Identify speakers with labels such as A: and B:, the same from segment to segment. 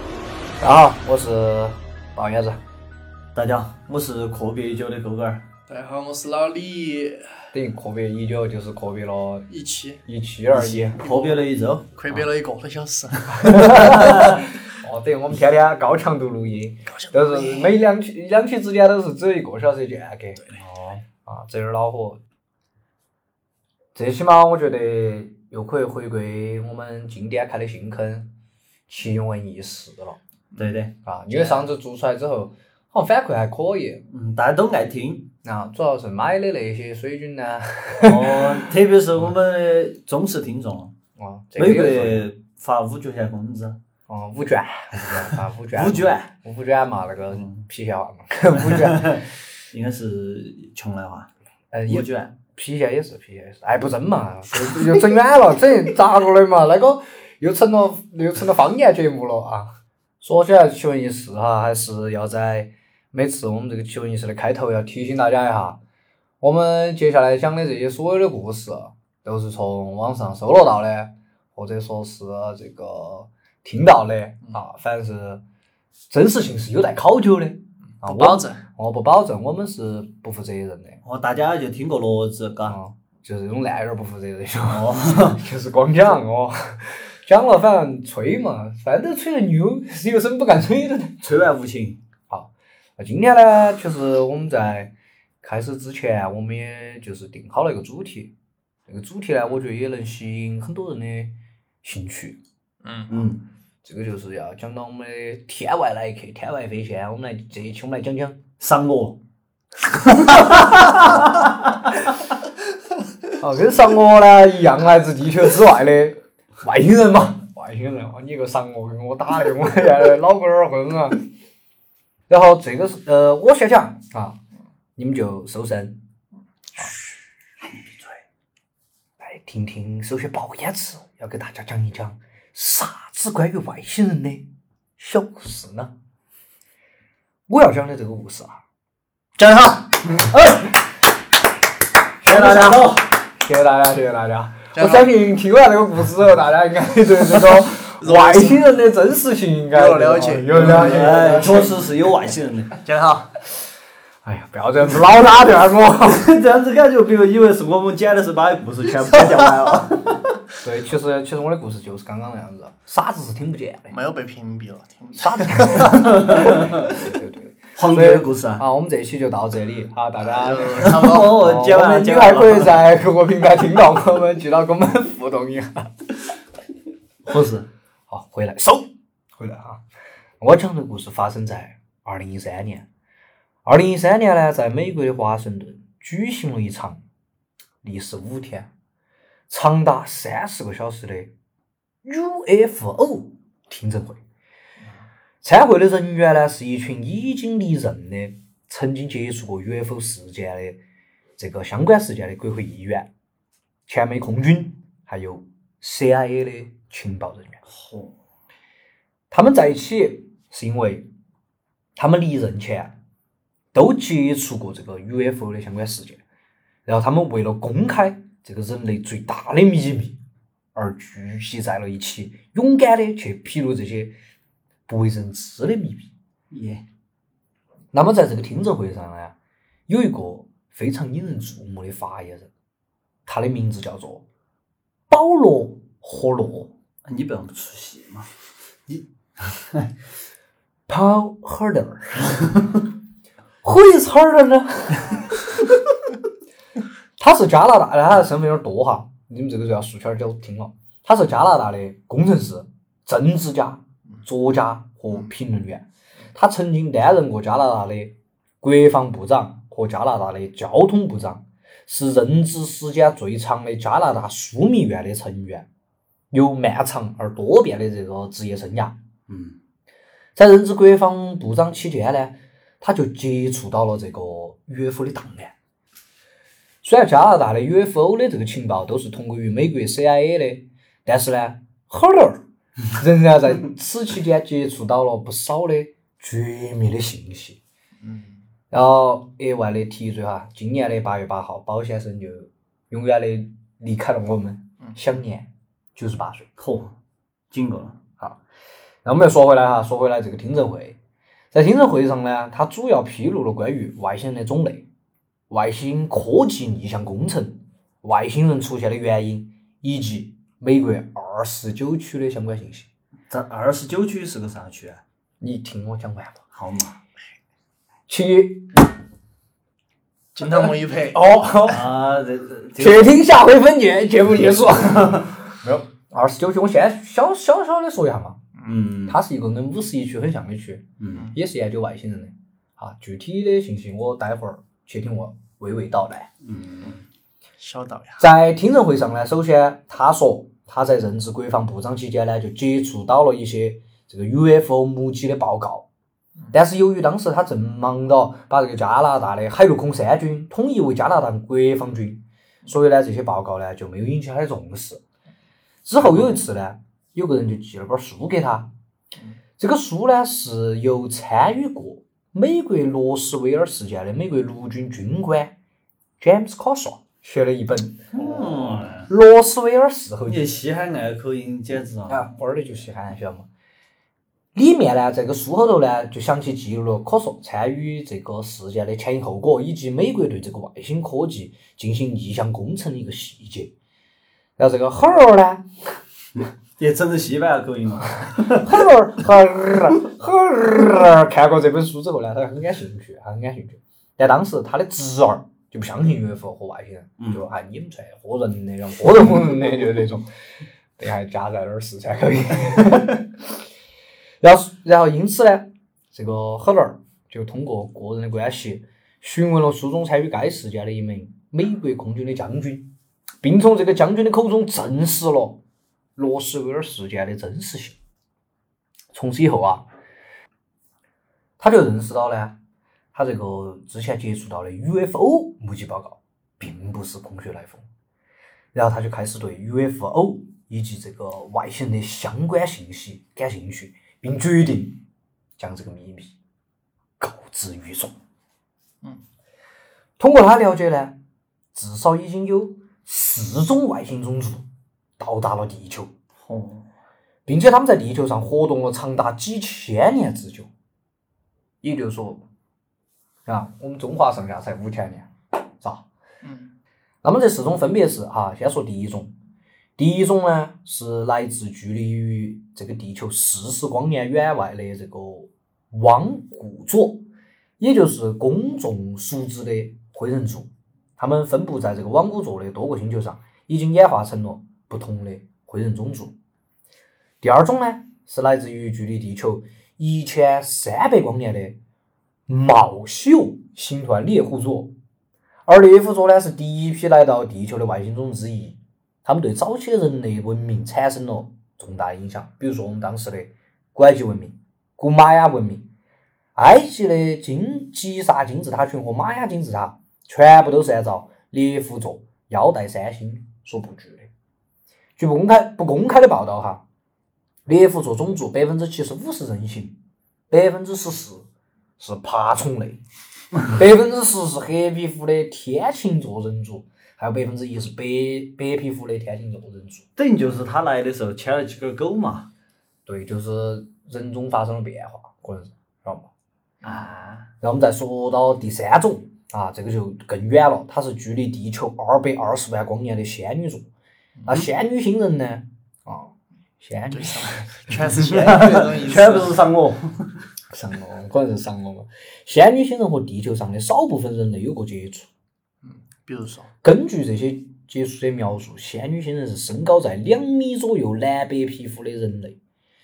A: 大家好，我是老爷子。
B: 大家好，我是阔别已久的狗狗儿。
C: 大家好，我是老李，
A: 等于阔别已久，就是阔别了
C: 一期
A: 一期而已。
B: 阔别了一周，
C: 阔别了一个多小时，
A: 哦，等于我们天天高强度录音，都是每两期两期之间都是只有一个小时的间隔。
B: 哦，
A: 啊，这点儿恼火。最起码我觉得又可以回归我们今天开的新坑奇闻异事了
B: 对的，
A: 啊！因为上次做出来之后，好像反馈还可以
B: 嗯，大家都爱听。
A: 啊，主要是买的那些水军呢，
B: 哦， 特别是我们的忠实听众，
A: 啊，这个
B: 每
A: 也
B: 个
A: 是
B: 月发五角钱工资，
A: 哦，五卷，啊，五卷，
B: 五卷，嗯
A: 五卷嘛，那个皮鞋嘛， 五卷，
B: 应该是邛崃话，
A: 呃，也
B: 五卷。
A: 皮鞋也是皮鞋也是，哎，不整 嘛，就就整远了，整咋个的嘛？那个又成了又成了方言节目了啊！说起来奇闻异事哈，还是要在每次我们这个奇闻异事的开头要提醒大家一下，我们接下来讲的这些所有的故事都是从网上搜罗到的，或者说是这个听到的
C: 嗯
A: 啊，反正是真实性是有待考究的啊。
C: 不
A: 我
C: 保证。
A: 我不保证，我们是不负责任的。
B: 哦，大家就听过骡子，嘎。
A: 啊，就是这种烂人不负责任，
B: 哦，
A: 就是光讲哦，讲了反正吹嘛，反正都吹得牛，是有什么不敢吹的呢？
B: 吹完无情。
A: 那今天呢，其实我们在开始之前，啊我们也就是定好了一个主题，这个主题呢，我觉得也能吸引很多人的兴趣。
C: 嗯，
B: 嗯，
A: 这个就是要讲到我们的天外来客，天外飞仙。啊我们来这一期，我们来讲讲
B: 赏我，
A: 啊，跟赏我呢一样，来自地球之外的外星人嘛，外星人，哦，你个赏我跟我打 的，我现在脑壳儿昏啊。然后这个是呃，我先讲啊，你们就收声，啊，来听听首先鲍燕子要给大家讲一讲啥子关于外星人的小故事呢？我要讲的这个故事啊，哎
B: 讲得好， 谢哎谢大家。
A: 谢谢大家，谢谢大家。
C: 加
A: 我
C: 油
A: 相信听完这个故事之后，大家应该对 这个外星人的真实性应该
C: 有了解
A: 有了解。有嗯
B: 哎，
A: 了解
B: 确实是有外星人的，讲得好。
A: 哎呀，不要这样子老打断我。
B: 这样子感觉，别个以为是我们讲的是把故事全部讲完了。
A: 对，其实其实我的故事就是刚刚那样子，傻子是听不见 的，
C: 没有被屏蔽了，听不见。
A: 傻子看不见。对对对。
B: 皇帝的故事啊。
A: 啊，我们这期就到这里，好，大家。
C: 差不 多。
B: 哦，讲
A: 我
B: 完
A: 们
B: 了，
A: 你
B: 讲
A: 还
B: 完
A: 可以
B: 了。
A: 在各个平台听到我们，记得跟我们互动一下。
B: 合适。
A: 好，回来收回来啊哈。我讲的故事发生在二零一三年。二零一三年呢，在美国的华盛顿举行了一场历时五天、长达三十个小时的 UFO 听证会。参会的人员呢，是一群已经离任的、曾经接触过 UFO 事件的这个相关事件的国会议员、前美空军，还有 CIA 的情报人员。
B: 嚯，
A: 他们在一起是因为他们离任前都接触过这个 UFO 的相关事件，然后他们为了公开这个人类最大的秘密而聚集在了一起，勇敢的去披露这些不为人知的秘密。
B: 耶！
A: 那么在这个听证会上呢，有一个非常引人注目的发言人，他的名字叫做保罗·霍洛。
B: 你不要不出戏嘛？
A: Paul Herder。Who is Herder 呢？ 他是加拿大的，他的身份有点多哈，你们这个就要竖圈儿就听了。他是加拿大的工程师、政治家、作家和评论员。他曾经担任过加拿大的国防部长和加拿大的交通部长，是任职时间最长的加拿大枢密院的成员，有漫长而多变的这个职业生涯。
B: 嗯，
A: 在任职国防部长期间呢，他就接触到了这个 UFO 的档案。虽然加拿大的 UFO 的这个情报都是通过于美国 CIA 的，但是呢，赫尔仍然在此期间接触到了不少的绝密的信息。
C: 嗯，
A: 然后额外的提一嘴哈，今年的八月八号，包先生就永远的离开了我们，享年九十八岁。
B: 嚯，经过了。
A: 好，然后我们再说回来哈，说回来这个听证会，在听证会上呢，它主要披露了关于外星人的种类、外星科技逆向工程、外星人出现的原因，以及美国二十九区的相关信息。
B: 这二十九区是个啥区啊？
A: 你听我讲完吧。
B: 好嘛，
A: 其一，
C: 金汤姆一配，
A: 哦，
B: 啊，这这这
A: 且听下回分解，节目结束。
C: 没有，
A: 二十九区，我先小小小的说一下嘛，
B: 嗯
A: 它是一个跟五十一区很像的区，
B: 嗯，
A: 也是研究外星人的。啊，具体的信息我待会儿且听我娓娓道来。
B: 嗯
C: 小岛呀，
A: 在听证会上呢，首先他说他在任职国防部长期间呢，就接触到了一些这个 UFO 目击的报告，但是由于当时他正忙着把这个加拿大的海陆空三军统一为加拿大国防军，所以呢这些报告呢就没有引起他的重视。之后有一次呢，有个人就寄了本书给他，这个书呢是由参与过美国罗斯威尔事件的美国陆军军官 James c o s s e 写了一本
B: 哦，
A: 罗斯威尔事后
B: 你
A: 记
B: 这西海岸口音简直啊！
A: 啊，玩儿的就稀罕，晓得吗？里面呢，这个书后头呢，就详细记录了可说参与这个事件的前因后果，以及美国对这个外星科技进行逆向工程的一个细节。然后这个猴儿呢，
B: 也整成西班牙口音啊嘛。
A: 猴儿猴儿猴儿看过这本书之后呢，他很感兴趣，他很感兴趣。但当时他的侄儿就不相信 UFO 和外星人，
B: 嗯
A: 就啊你们在唬人那种，唬人唬人的，就是那种，对，还夹带点儿四川口音。然后，然后因此呢，这个赫勒尔就通过个人的关系，询问了书中参与该事件的一名美国空军的将军，并从这个将军的口中证实了罗斯威尔事件的真实性。从此以后啊，他就认识到呢，他这个之前接触到的 UFO 目击报告并不是空穴来风，然后他就开始对 UFO 以及这个外星人的相关信息感兴趣，并决定将这个秘密告知于众。
C: 嗯，
A: 通过他了解呢，至少已经有四种外星种族到达了地球。
B: 哦，
C: 嗯
A: 并且他们在地球上活动了长达几千年之久。也就是说，啊，我们中华上下才五千年，是吧？
C: 嗯，
A: 那么这四种分别是啊，先说第一种，第一种呢是来自距离于这个地球四十光年远外的这个汪古佐，也就是公众熟知的灰人族，它们分布在这个汪古佐的多个星球上，已经演化成了不同的灰人种族。第二种呢是来自于距离地球一千三百光年的茂秀星团猎户座。而猎户座呢是第一批来到地球的外星种之一，他们对早期的人类文明产生了重大影响，比如说我们当时的古埃及文明、古玛雅文明、埃及的金吉萨金字塔群和玛雅金字塔，全部都是按照猎户座腰带三星所布局的。据不公开不公开的报道哈，猎户座种族百分之七十五是人形，百分之十四是爬虫类。百分之十是黑皮肤的天琴座人族，还有百分之一是白白皮肤的天琴座人族。
B: 等于就是他来的时候牵了几根狗嘛。
A: 对，就是人种发生了变化，可能是，晓得吗？
B: 啊，
A: 然后我们再说到第三种啊，这个就更远了，它是距离地球二百二十万光年的仙女座。那仙女星人呢？啊，仙女
C: 对上，全是仙女那种意思，
B: 全部都是赏我。
A: 上了，可能是上了嘛。仙女星人和地球上的少部分人类有过接触。
C: 比如说，
A: 根据这些接触者描述，仙女星人是身高在两米左右、蓝白皮肤的人类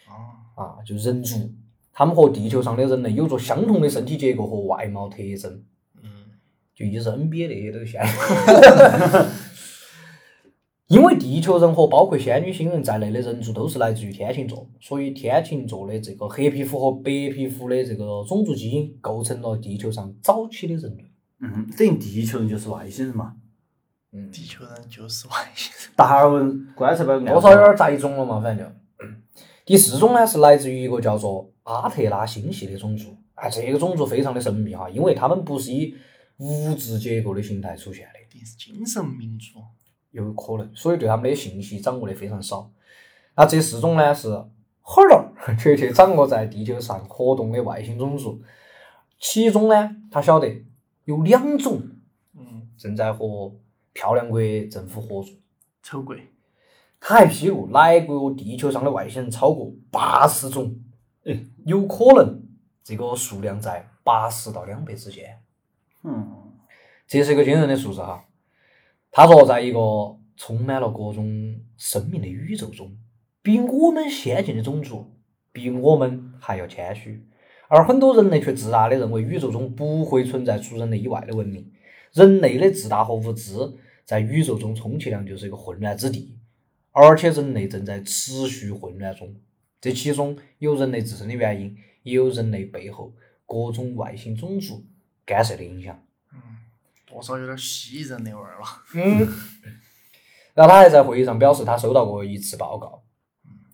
C: 啊，
A: 啊，就人族。他们和地球上的人类有着相同的身体结构和外貌特征，
C: 嗯，
A: 就意思 NBA 那些都仙。因为地球人和包括仙女星人在内的人族都是来自于天琴座，所以天琴座的这个黑皮肤和白皮肤的这个种族基因构成了地球上早期的人类。
B: 嗯，等于地球人就是外星人嘛。
A: 嗯，
C: 地球人就是外星人，
B: 达尔文观察表按
A: 多少有点杂种了嘛，反正就。第四种呢是来自于一个叫做阿特拉星系的种族，啊，这个种族非常的神秘哈，因为他们不是以物质结构的形态出现的，
C: 一定是精神民族，
A: 有可能，所以对他们的信息掌握的非常少。那这四种呢是 Hurler 确切掌握在地球上活动的外星种族，其中呢，他晓得有两种
C: 嗯，
A: 正在和漂亮国政府合作。
C: 丑鬼，
A: 他还披露哪国地球上的外星人超过八十种，有可能这个数量在八十到两百之间。
B: 嗯，
A: 这是一个惊人的数字哈。他说，在一个充满了各种生命的宇宙中，比我们先进的种族比我们还要谦虚，而很多人类却自大的认为宇宙中不会存在除人类以外的文明。人类的自大和无知在宇宙中充其量就是一个混乱之地，而且人类正在持续混乱中。这其中有人类自身的原因，也有人类背后各种外星种族干涉的影响。
C: 多少有点蜥蜴人那味儿了。
A: 嗯，然后他还在会议上表示，他收到过一次报告，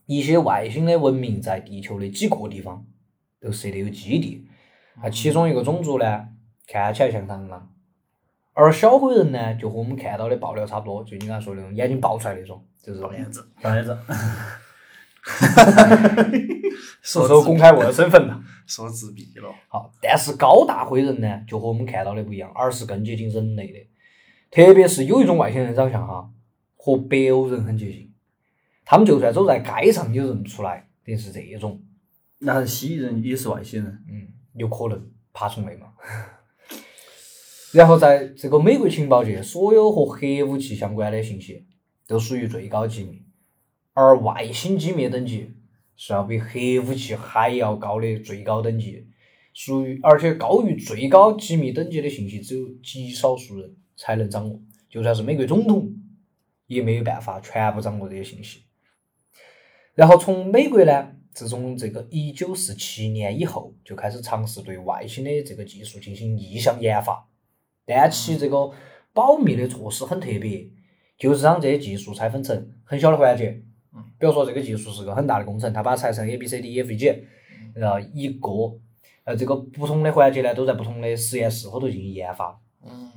A: 一些外星的文明在地球的几个地方都设立有基地，啊，其中一个种族呢看起来像螳螂，而小灰人呢就和我们看到的爆料差不多，就你刚才说的那种眼睛爆出来那种，就是嗯
C: 导演子，
B: 啥意思？
A: 这时候公开我的身份了。
C: 说自闭了。
A: 好，但是高大灰人呢，就和我们看到的不一样，而是更接近人类的。特别是有一种外星人长相哈，和北欧人很接近。他们就算走在街上，有认不出来，得是这种，
B: 那是蜥蜴人也是外星人，
A: 嗯，有可能爬虫类嘛。 然后在这个美国情报界，所有和核武器相关的信息都属于最高机密，而外星机密等级是要比核武器还要高的最高等级，属于而且高于最高机密等级的信息，只有极少数人才能掌握，就算是美国总统也没有办法全部掌握这些信息。然后从美国呢，自从这个一九四七年以后，就开始尝试对外星的这个技术进行逆向研发，但其这个保密的措施很特别，就是让这些技术拆分成很小的环节。比如说这个技术是个很大的工程，它把它拆成 A B C D E F G，然后一个呃这个不同的环节呢都在不同的实验室后头进行研发。
C: 嗯，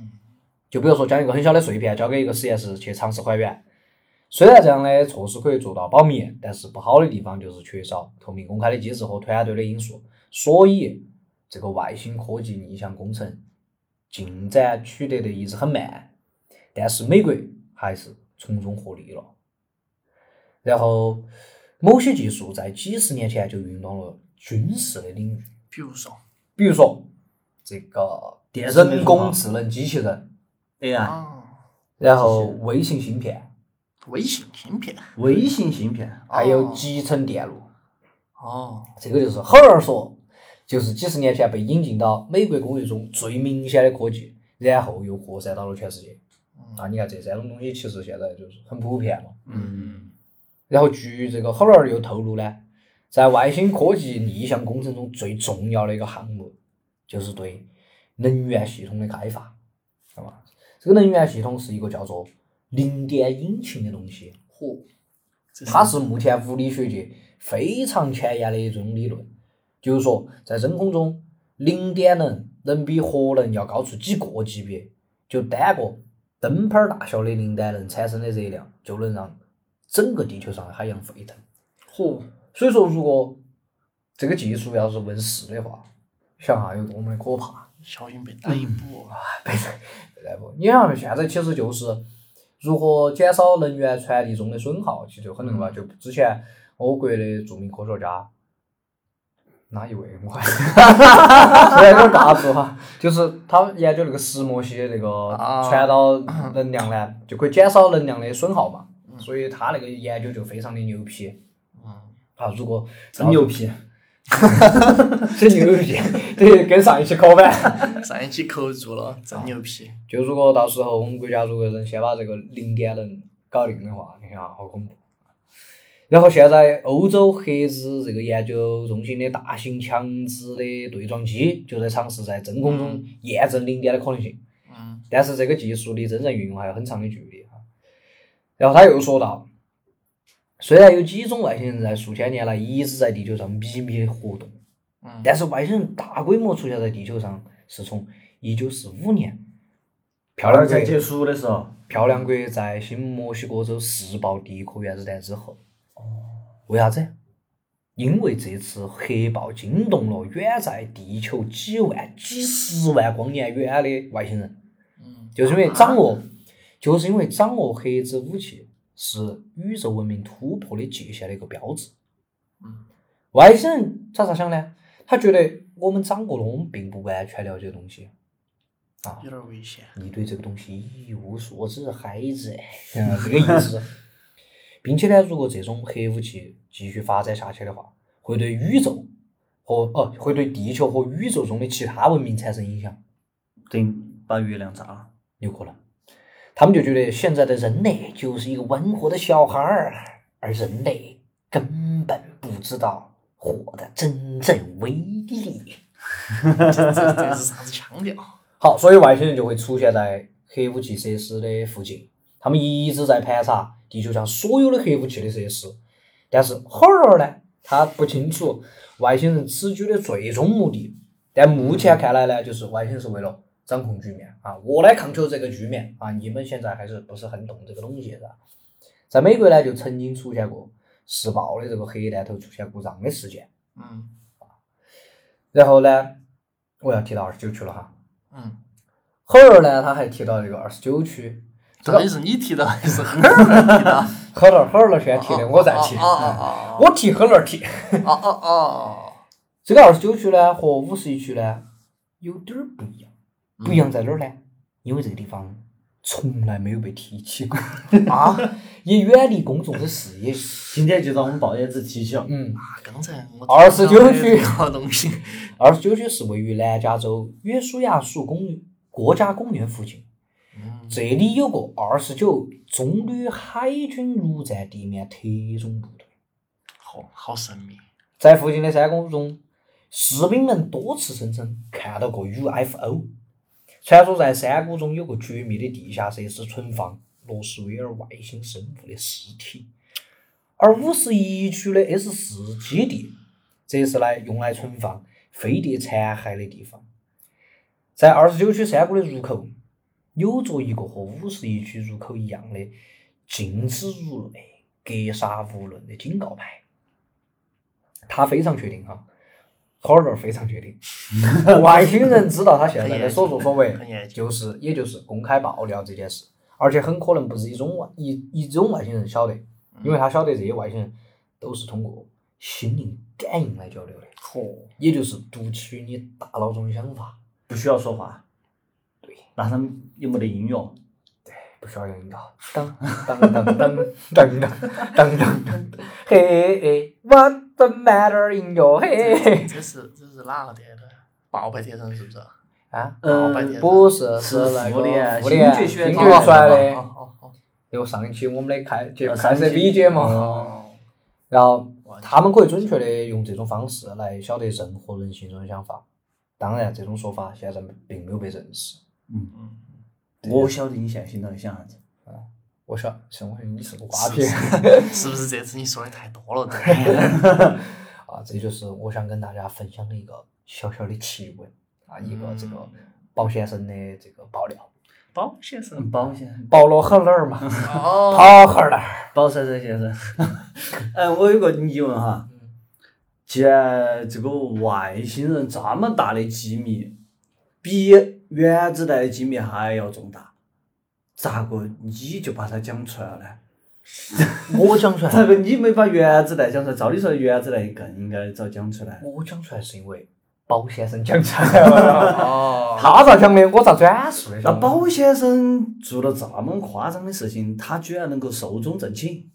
A: 就比如说将一个很小的碎片交给一个实验室去尝试还原。虽然这样的措施可以做到保密，但是不好的地方就是缺少透明公开的机制和团队的因素，所以这个外星科技逆向工程进展取得的一直很慢。但是美国还是从中获利了。然后，某些技术在几十年前就运用到了军事的领域，
C: 比如说
A: 比如说这个
B: 电子
A: 人工智能机器人，
B: AI、
C: 啊，
A: 然后微信芯片，
C: 微信芯片。
B: 微信芯片，
A: 还有集成电路，
C: 哦，
A: 这个就是很儿说，就是几十年前被引进到美国工业中最明显的科技，然后又扩散到了全世界。啊，你看这三种东西其实现在就是很普遍嘛。
B: 嗯，
A: 然后据这个 h o r r 又透露呢，在外星科技逆向工程中最重要的一个项目，就是对能源系统的开发，好吧？这个能源系统是一个叫做零点引擎的东西，
C: 嚯，这
A: 它是目前物理学界非常前沿的一种理论，就是说在真空中，零点能能比核能要高出几个级别，就单个灯泡儿大小的零点能产生的热量，就能让整个地球上的海洋沸腾。
C: 嚯，
A: 所以说，如果这个技术要是问世的话，想哈有多么的可怕。
C: 小云被打一步啊！
A: 来不？你看现在其实就是如何减少能源传递中的损耗，其实就很能吧。
C: 嗯
A: 就之前我国的著名科学家哪一位我 还虽然有点尬住哈，啊就是他研究那个石墨烯那个
C: 啊
A: 传导能量呢，就可以减少能量的损耗嘛。所以他那个研究就非常的牛批
C: 嗯，
A: 啊！如果
B: 真 牛批，
A: 真牛逼，对，跟上一期科班。
C: 上一期扣住了，真牛批！
A: 就如果到时候我们国家如果能先把这个零点能搞定的话，你看啊好恐怖。然后现在欧洲核子这个研究中心的大型强子的对撞机就在尝试在真空中验证零点的可能性，
C: 嗯，
A: 但是这个技术离真正运用还有很长的距离啊。然后他又说到，虽然有几种外星人在数千年来一直在地球上秘密的活动，
C: 嗯
A: 但是外星人大规模出现在地球上是从一九四五年，漂亮
B: 在
A: 国
B: 结束的时候，
A: 漂亮国在新墨西哥州试爆第一颗原子弹之后。哦。为啥子？因为这次黑豹惊动了远在地球几万、几十万光年远的外星人，
C: 嗯，
A: 就是因为掌握，就是因为掌握黑子武器是宇宙文明突破的界限的一个标志
C: 嗯。
A: 外星人他咋想呢？他觉得我们掌握了我们并不完全了解的东西，
C: 有点危险。
A: 你对这个东西一无所知，孩子，啊，这个意思。并且呢，如果这种核武器继续发展下去的话，会对宇宙和哦、会对地球和宇宙中的其他文明产生影响，
B: 等于把月亮炸了。
A: 有可能。他们就觉得现在的人类就是一个温和的小孩儿，而人类根本不知道火的真正威力。
C: 这这是啥子啊腔调？
A: 好，所以外星人就会出现在核武器设施的附近，他们一直在盘查地球上所有的核武器的设施，但是后儿呢，他不清楚外星人此举的最终目的。但目前看来呢，就是外星人是为了掌控局面啊，我来抗球这个局面啊，你们现在还是不是很懂这个东西是吧？在美国呢，就曾经出现过试爆的这个核啊弹头出现故障的事件。
C: 嗯
A: 然后呢，我要提到二十九区了哈。
C: 嗯，
A: 后儿呢，他还提到一个二十九区，
C: 到底是你提的还 是很儿提的？
A: 后头后头先提的，我再提，
C: 哦哦哦
A: 我提后头提。
C: 哦哦哦哦，
A: 这个二十九区呢和五十一区呢有点儿不一样，
C: 嗯
A: 不一样在哪儿呢？因为这个地方从来没有被提起过啊， 也远离公众的视野。
B: 今天就让我们报业子提起了。
A: 嗯，
C: 啊，刚才我
A: 29区
C: 好东西，
A: 二十九区是位于南加州约书亚树公园国家公园附近，
C: 嗯
A: 这里有个二十九棕榈海军陆战地面特种部队。
C: 好好神秘，
A: 在附近的山谷中，士兵们多次声称看到过 UFO。传说在山谷中有个绝密的地下设施，存放罗斯威尔外星生物的尸体。而五十一区的 S 四基地，则是来用来存放飞碟残骸的地方。在二十九区山谷的入口，有着一个和五十一区入口一样的“禁止入内，格杀勿论”的警告牌。他非常确定哈 c o r d e r 非常确 定，外星人知道他现在的所作所为
C: 很严，谨
A: 就是也就是公开爆料这件事，而且很可能不是一种外一一种外星人晓
C: 嗯
A: 得，因为他晓得这些外星人都是通过心灵感应来交流的，
C: 嚯，
A: 也就是读取你大脑中的想法，
B: 不需要说话。
A: 对，
B: 那他们也没得音乐，
A: 不需要用引导，当当当当当当当当当，嘿，What the matter in your head？
C: 这是这是哪个电影的？爆拍天神是不是？
A: 啊，
C: 老白
B: 呃
C: 天，
A: 不是，是
B: 是
A: 那
B: 复
A: 个
B: 联
A: 复
B: 新
A: 联
B: 剧宣
A: 新
B: 传
A: 剧出来
B: 对
A: 的。
C: 哦哦
A: 就上一期我们的开节目
B: 呃
A: 开
B: 上一
A: 设
B: 期
A: B 节嘛，
C: 哦，
A: 然后
C: 哇
A: 他们可以准确的用这种方式来晓得任何人心中的想法。当然，这种说法现在并没有被证实。
C: 嗯，
B: 我晓得你现在心头在想啥子。
A: 我晓，像我你是个瓜
C: 哦是
A: 皮
C: 是不是这次你说的太多了？
A: 啊，这就是我想跟大家分享的一个小小的奇闻啊，一个这个
C: 嗯
A: 保先生的这个爆料，
C: 包先
A: 嗯
C: 生，
B: 包先生，
A: 保罗很哪儿嘛，
B: 嗯
C: 哦，
A: 跑很哪儿，
B: 包先生先生。哎，我有个疑问哈，既然这个外星人这么大的机密，比原子弹的机密还要重大，咋个你就把它讲出来了呢？
A: 我讲出来
B: 咋个你没把原子弹讲出来？照理说原子弹更应该早讲出来。
A: 我讲出来是因为包先生讲出来 了，
C: 哦，
A: 他咋讲的，我咋转述的？
B: 那
A: 晓得吗
B: 包先生做了这么夸张的事情，他居然能够寿终正寝，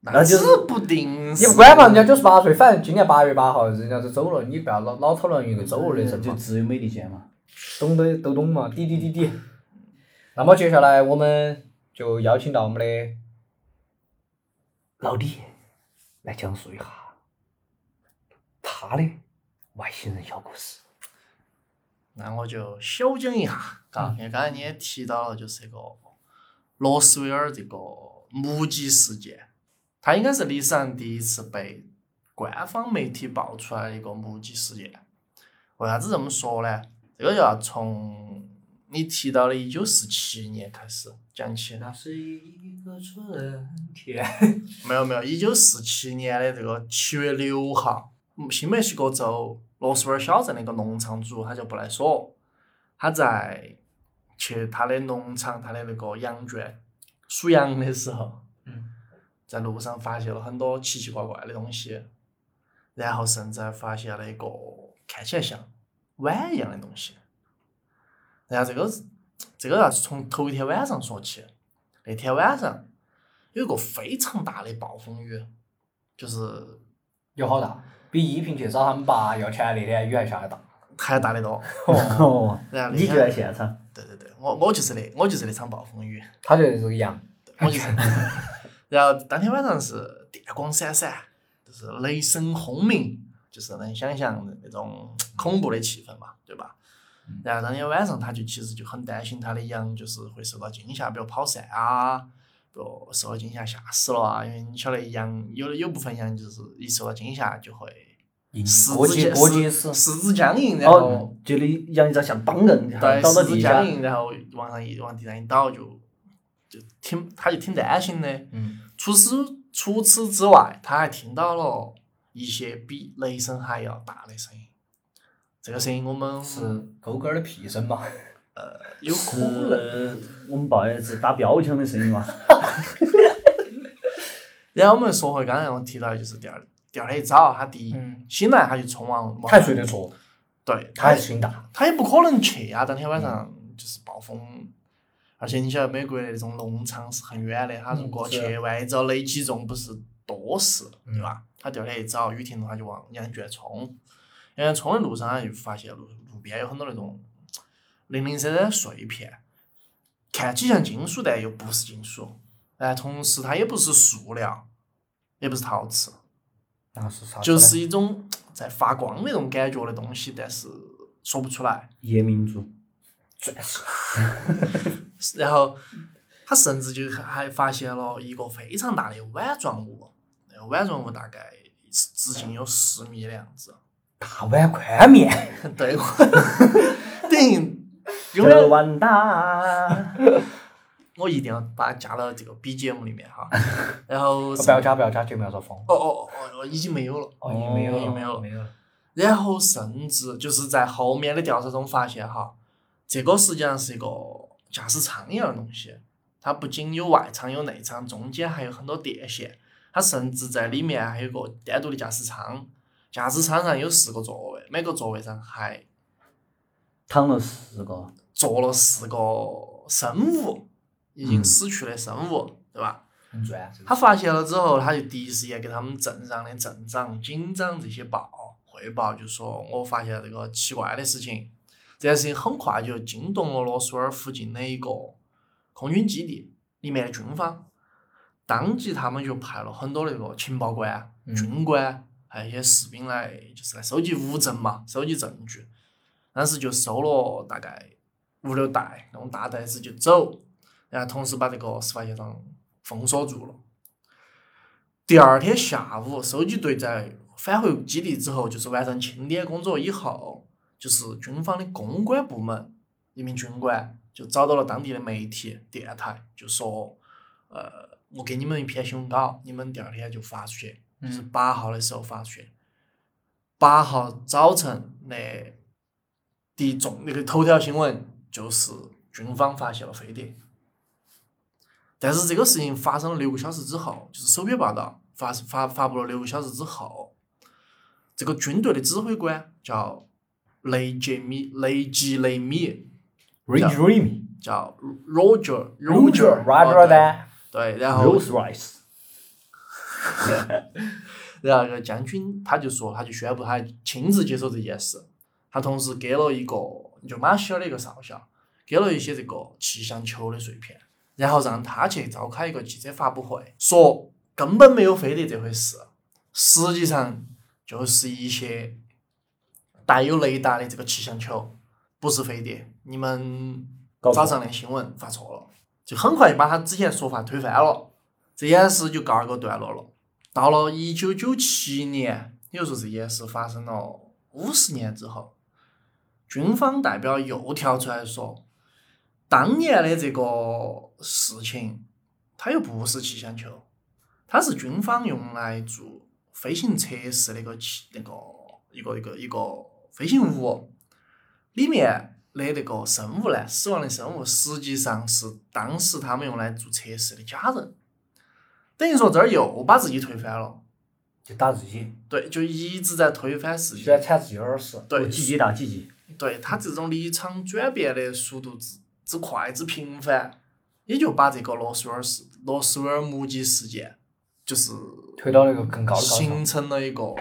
C: 那
B: 就是
C: 指不定
A: 你
C: 是
A: 不管嘛，人家九十八岁，反正今年八月八号人家就走了，你不要老老讨论一个走了的事
B: 就
A: 嘛，
B: 只有美利坚嘛。
A: 懂得都懂嘛，滴滴滴滴。那么接下来我们就邀请到我们的老李来讲述一下他的外星人小故事。
C: 那我就小讲一下，嘎，因为刚才你也提到了，就是这个罗斯威尔这个目击事件，它应该是历史上第一次被官方媒体爆出来的一个目击事件。为啥子这么说呢？这个就要从你提到了一九四七年开始讲起呢，
A: 那是一个春天。
C: 没有没有，一九四七年的这个七月六号，嗯新墨西哥州罗斯威尔小镇的一个农场主他叫布莱索，他在去他的农场，他的那个羊圈数羊的时候，
A: 嗯，
C: 在路上发现了很多奇奇怪怪的东西，然后甚至还发现了一个看起来像碗一样的东西。然后这个是这个要是从头一天晚上说起，那天晚上有一个非常大的暴风雨，就是
A: 有好大？比依萍去找他们爸要钱那天雨还下得大。
C: 还大得多。
B: 哦
C: 然后 那
B: 你就
C: 天
B: 在现场，
C: 对对对，我我就是那我就是那场暴风雨，
A: 他就是这个羊，
C: 我就是。然后当天晚上是电光闪闪，就是雷声轰鸣，就是能想象的那种恐怖的气氛嘛，对吧？然后当天晚上他就其实就很担心他的羊就是会受到惊吓，比如跑散啊，比如受到惊吓吓死了啊，因为你晓得羊有的有部分羊就是一受到惊吓就会四
A: 国际
C: 肢
A: 国际
C: 四
A: 是
C: 四肢僵硬，然后
B: 哦，就你杨一照像绑人，
C: 对，
B: 倒到
C: 四肢
B: 地下
C: 僵，硬，然后往上一往地上一倒就就挺，他就挺担心的。
A: 嗯，
C: 除此除此之外，他还听到了一些比雷声还要大的声音。这个声音我们
A: 是勾勾儿的屁声嘛？
C: 有可能。
B: 是我们报业是打标枪的 声音嘛？
C: 然后我们说回刚才我提到，的，就是第二第二天一早，他第一
A: 嗯
C: 醒来他就冲往
A: 他还睡得着，
C: 对，
A: 他还是心大。
C: 他也不可能去啊！当天晚
A: 嗯
C: 上就是暴风，而且你晓得美国的那种农场是很远的，他如果
A: 嗯是
C: 去，万一遭雷击中，不是多事，
A: 嗯
C: 对吧？他第二天一早雨停了，他就往羊圈冲，羊圈冲的路上他就发现路路边有很多那种零零散散的碎片，看起像金属，但又不是金属，但同时它也不是塑料，也不是陶瓷，
A: 那是啥子呢？
C: 就是一种在发光那种感觉的东西，但是说不出来。
B: 夜明珠，
A: 钻石。
C: 然后他甚至就还还发现了一个非常大的碗状物，那个碗状物大概直径有十米的样子。
A: 大碗宽面，
C: 对， 我等于
B: 这
C: 因为
B: 碗大，
C: 我一定要把它加到这个 BGM 里面哈。 然后
A: 不
C: 是
A: 要加不要加，节目要说疯。
C: 哦哦哦哦，已经没有了。
A: 哦，也没有
C: 也
A: 了，
C: 没有了
A: 没有了。
C: 然后甚至就是在后面的调查中发现哈，这个实际上是一个驾驶舱一样的东西，它不仅有外舱有内舱，中间还有很多电线，它甚至在里面还有个单独的驾驶舱，驾驶舱上有四个座位，每个座位上还
B: 躺了四个，
C: 坐了四个生物，已经死去的生物，对吧？
A: 很啊赚。
C: 他发现了之后，他就第一时间给他们镇上的镇长、警长这些报汇报，就说我发现了这个奇怪的事情。这件事情很快就惊动了罗斯威尔附近的一个空军基地里面的军方，当即他们就派了很多那个情报官、
A: 嗯
C: 军官，还有一些士兵来，就是来收集物证嘛，收集证据。当时就收了大概五六袋那种大袋子就走，然后同时把这个事发现场封锁住了。第二天下午，收集队在返回基地之后，就是完成清点工作以后，就是军方的公关部门一名军官就找到了当地的媒体电台，就说：“呃，我给你们一篇新闻稿，你们第二天就发出去，就是
A: 嗯
C: 八号的时候发出去。八号早晨那第一重那个头条新闻就是军方发现了飞碟。但是这个事情发生了六个小时之后，就是首篇报道发发发布了六个小时之后，这个军队的指挥官叫雷杰米雷吉雷米，
A: ，Rich Remy
C: 叫 Roger
A: Roger
C: 哦
A: than
C: 对对，然后
B: Rolls Royce，
C: 然后这个将军他就说，他就宣布他亲自接手这件事。他同时给了一个就马歇尔的一个少校，给了一些这个气象球的碎片，然后让他去召开一个记者发布会，说根本没有飞碟这回事，实际上就是一些带有雷达的这个气象球，不是飞碟。你们
B: 搞错
C: 早上的新闻发错了，就很快就把他之前说法推翻了，这件事就告一个段落了。到了一九九七年，也就是说这件事发生了五十年之后，军方代表又跳出来说，当年的这个事情，它又不是气象球，它是军方用来做飞行测试那个气那个一个一个一个飞行物，里面的那个生物呢，死亡的生物实际上是当时他们用来做测试的家人，等于说这儿又把自己推翻了，
A: 就打自己，
C: 对，就一直在推翻事
A: 喜欢
C: 情，
A: 铲自己耳屎。
C: 对，
B: 积极打积极，
C: 对他这种离场转变的速度之之快之频繁，也就把这个罗斯威尔事罗斯威尔目击事件，就是
A: 推到了一个更高的高
C: 形
A: 度。
C: 成了一个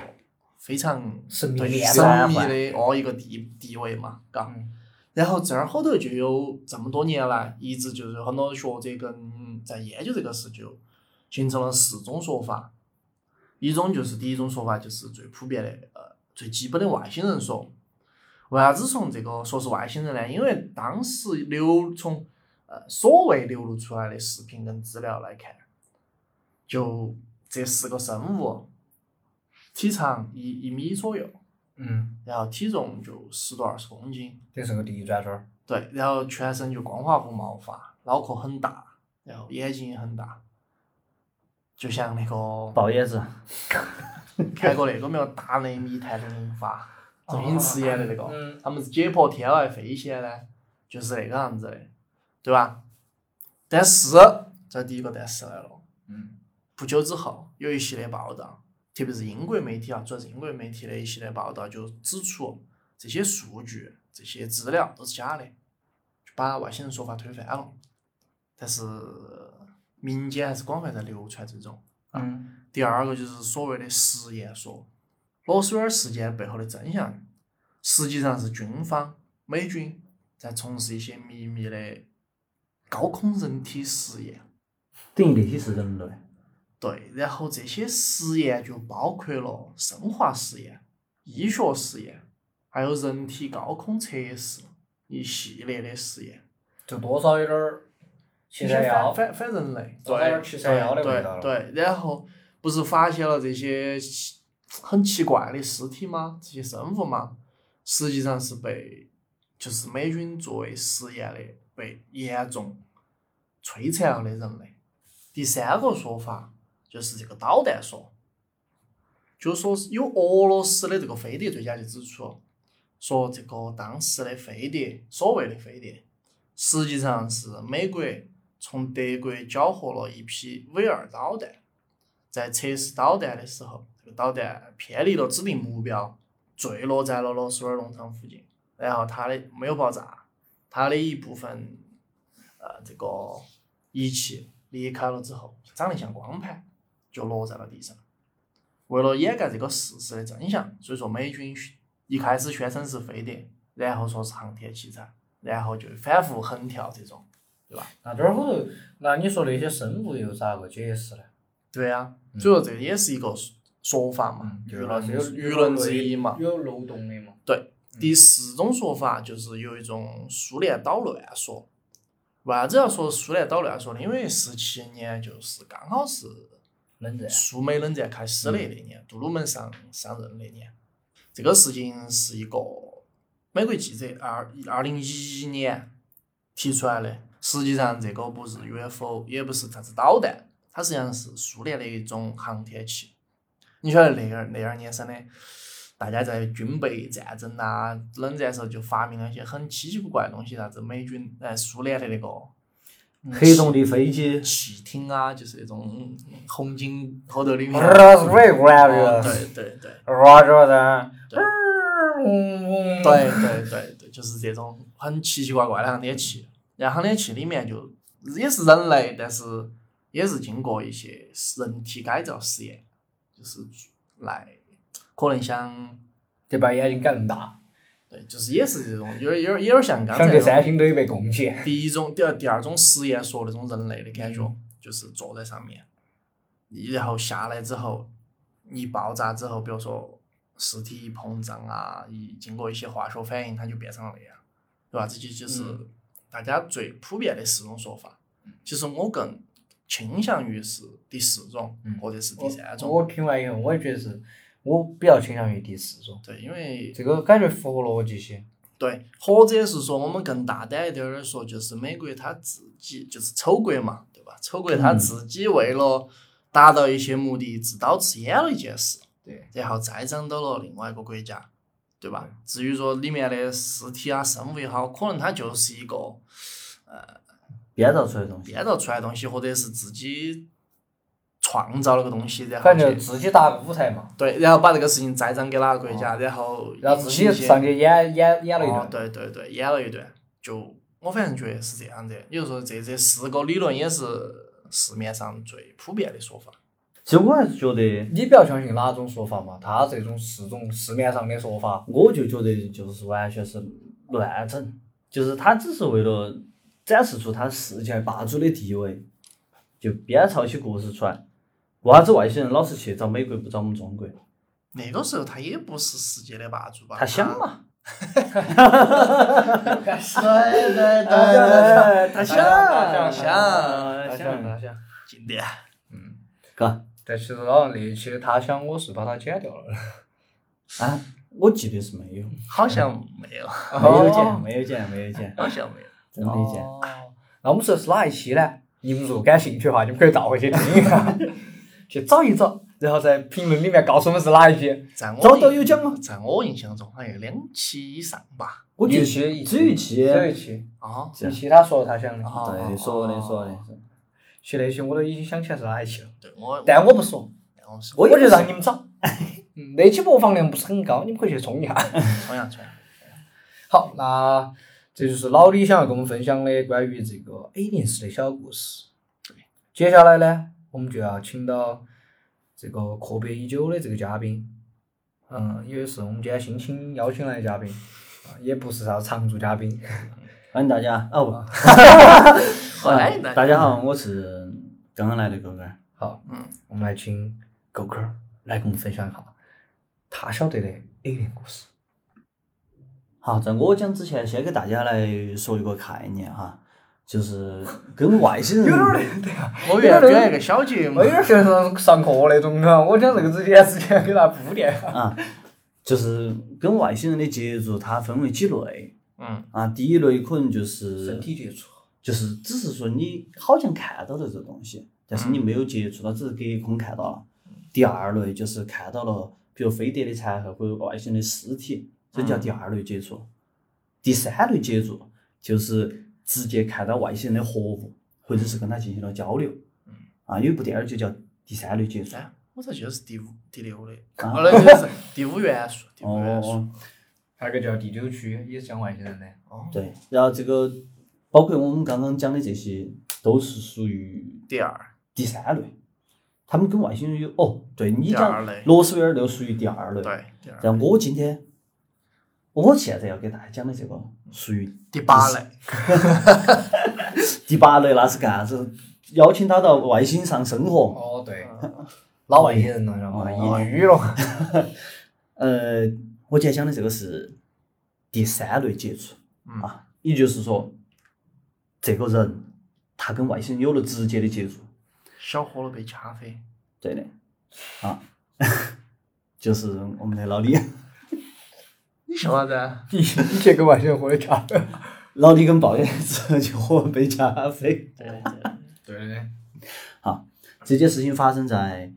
C: 非常
A: 神秘
C: 对
A: 连
C: 神
B: 环
C: 秘的哦一个地地位嘛，嘎。然后这儿后头就有这么多年来，一直就是很多学者跟在研究这个事，就形成了四种说法。一种就是第一种说法，就是最普遍的，呃，最基本的外星人说。为啥子从这个说是外星人呢？因为当时流从呃所谓流露出来的视频跟资料来看，就这四个生物，体长一一米左右，
A: 嗯，
C: 然后体重就十多二十公斤，
A: 这是个第一转
C: 哦
A: 圈儿。
C: 对，然后全身就光滑无毛发，脑壳很大，然后眼睛也很大，就像 那个
B: 爆叶子，
C: 看过那个没有《大内密探零零发》周
A: 哦
C: 星驰演的那个，
A: 嗯，
C: 他们是解剖天外飞仙呢，就是那个样子的，对吧？但是这第一个但是来了，
A: 嗯，
C: 不久之后有一系列报道，特别是英国媒体啊，主要是英国媒体的一系列报道就指出这些数据、这些资料都是假的，就把外星人说法推翻了。但是民间还是广泛在流传这种。
A: 嗯，
C: 第二个就是所谓的实验说，罗斯威尔事件背后的真相，实际上是军方美军在从事一些秘密的高空人体实验。
B: 等于那些是人类，
C: 对，然后这些实验就包括了生化实验、医学实验，还有人体高空测试一系列的实验，
A: 就多少有点儿
C: 一
A: 七
C: 些
A: 三
C: 反
A: 幺，
C: 反反人类，
A: 多少有点
C: 对
A: 儿七三幺的味道
C: 对
A: 了。
C: 对，然后不是发现了这些奇很奇怪的尸体吗？这些生物吗？实际上是被就是美军作为实验的被严重摧残了的人类。第三个说法就是这个导弹说，就说是有俄罗斯的这个飞碟专家就指出，说这个当时的飞碟，所谓的飞碟，实际上是美国从德国缴获了一批 V 二导弹，在测试导弹的时候，这个导弹偏离了指定目标，坠落在了罗斯威尔农场附近，然后它的没有爆炸，它的一部分呃这个仪器离开了之后，长得像光盘，就落在了地上。为了掩盖这个事实的真相，所以说美军一开始宣称是飞碟，然后说是航天器材，然后就反复横跳这种，对吧？
A: 那这儿后头，那你说那些生物又咋个解释呢？
C: 对呀、所以说这也是一个说说法嘛，舆论舆论之一嘛。嗯
A: 有漏洞的嘛。
C: 第四种说法就是有一种苏联捣乱说，为啥子要说苏联捣乱说呢？因为十七年就是刚好是
A: 冷战。
C: 苏美冷战开始的那年，杜鲁门上上任那年，这个事情是一个美国记者二二零一一年提出来的。实际上，这个不是 UFO，也不是啥子导弹，它实际上是苏联的一种航天器。你晓得那二那二年生的，大家在军备战争呐、冷战时候就发明了一些很稀奇古怪的东西，啥子美军哎苏联的那个
A: 嗯
B: 黑洞的飞机，
C: 汽艇啊，就是那种红警后头里 面。
A: 这是美国呀，
C: 哦
A: 这个。
C: 对对对
A: 罗这人。
C: 对
A: 嗯。
C: 对对对对，就是这种很奇奇怪怪的航天器。然后航天器里面就也是人类，但是也是经过一些人体改造实验，就是来可能想
A: 就把眼睛改更大，
C: 对，就是也是这种有点有点有点像刚才
A: 想跟
C: 那种
A: 三星堆被共起。
C: 第一种第二第二种实验说那种人类的感觉，就是坐在上面，你然后下来之后，你爆炸之后，比如说尸体一膨胀啊，一经过一些化学反应，它就变成了那样，对吧？这就就是
A: 嗯
C: 大家最普遍的四种说法。其实我更倾向于是第四种，
A: 嗯
C: 或者是第三种。
A: 我听完以后，我也觉得是，我比较倾向于第四种，
C: 对，因为
A: 这个感觉符合逻辑些。
C: 对，或者是说我们更大胆一点儿的说，就是美国它自己就是丑国嘛，对吧？丑国它
B: 嗯
C: 自己为了达到一些目的，自导自演了一件事，
A: 对，
C: 然后再扔到了另外一个国家，对吧？至于说里面的尸体啊、生物也好，可能它就是一个
B: 编造出来的东西。
C: 编造出来的东西，或者是自己创造了个东西，然后
A: 反正就
C: 去
A: 自己搭个舞台嘛，
C: 对，然后把这个事情栽赃给哪个国家，然后
A: 然后
C: 引
A: 自
C: 起一
A: 己
C: 些
A: 上去演演演了一
C: 哦
A: 顿，，
C: 对对对，演了一段，就我反正觉得是这样的。也就是说，这这四个理论也是市面上最普遍的说法。
B: 其实我还是觉得，
A: 你不要相信哪种说法嘛，他这种是种市面上的说法，
B: 我就觉得就是完全是乱整，就是他只是为了展示出他世界霸主的地位，就编造起故事出来。为啥子外星人老是去找美国不找我们中国？
C: 那个时候他也不是世界的霸主吧？
B: 他想嘛，
A: 对对
B: 哎他
A: 他想
B: 想他
A: 他想他想。
C: 经 典。
B: 嘎
A: 但其实好像那一期他想我是把它剪掉了，
B: 啊，我记得是没有，
C: 好像没有，
B: 没有剪，没有剪，没有剪，
C: 好像没有。
B: 真没剪。
A: 哦那我们说的是哪一期呢？你们如果感兴趣的话，你们可以倒回去听一下，去找一找，然后在评论里面告诉我们是哪一期。
C: 在我
B: 早
C: 的
B: 都有讲了，
C: 在我印象中好像有两期以上吧。
B: 我觉
A: 一
B: 得
A: 期
B: 只有一期。
A: 只有一期，
C: 啊，
B: 是
A: 一期他说了他想的。
C: 哦
B: 对，说的说的。
A: 其哦实那期我都已经想起来是哪一期了，
C: 对我，
A: 但我不说，
C: 我是
A: 我就让你们找。 嗯那期播放量不是很高，你们可以去冲一下。
C: 重阳春
B: 嗯
C: 阳
A: 好，那这就是老李想要跟我们分享的关于这个 A 零四的小故事。接下来呢，我们就要请到这个阔别已久的这个嘉宾，嗯，也是我们今天心情邀请来的嘉宾，啊，也不是啥常驻嘉宾，
B: 欢迎大家哦不，
C: 欢迎大家
B: 大家好，我是刚刚来的哥哥。
A: 好，
C: 嗯，
A: 我们来请狗哥儿来跟我们分享一下他晓得的 A 零故事。
B: 好，在我讲之前，先给大家来说一个概念哈，就是跟 外星人
C: 我原来编一个小节目
A: 我有，点像上上课那种啊，我讲这个之前之前给他铺垫。
B: 啊，就是跟外星人的接触，它分为几类
C: 嗯，
B: 啊。第一类可能就是
A: 身体接触，
B: 就是只是说你好像看到了这东西，但是你没有接触到，只是隔空看到了。第二类就是看到了，比如飞碟的残骸或者外星人的尸体，这叫第二类接触。第三类接触就是直接看到外星人的活物，或者是跟他进行了交流。啊，有一部电影就叫《第三类接触》。
C: 哎，我这就是第五、第六类，
B: 啊
C: 后来就是第五元素，第五元素。
B: 哦，
A: 还有个叫第九区，也是讲外星人的。
C: 哦，
B: 对，然后这个包括我们刚刚讲的这些，都是属于
C: 第二，
B: 第三类，他们跟外星人有哦，对你
C: 第二
B: 讲
C: 类
B: 罗斯威尔就属于第二类。
C: 对，第二，
B: 但我今天，我现在要给大家讲的这个属于
C: 第八类。
B: 第八类，那是干啥子？邀请他到外星上生活。
A: 哦，对，哦老外星人了，知道吗？抑郁 了。
B: 呃，我今天讲的这个是第三类接触
C: 嗯
B: 啊，也就是说，这个人他跟外星人有了直接的接触。
C: 小喝了杯咖啡，
B: 对的，啊， 就是我们的老李，
C: 你笑啥子啊？
A: 你你去跟外星人喝的茶？
B: 老李跟 鲍爷之后就喝了杯咖啡。
C: 对对，
A: 对对对，
B: 这件事情发生在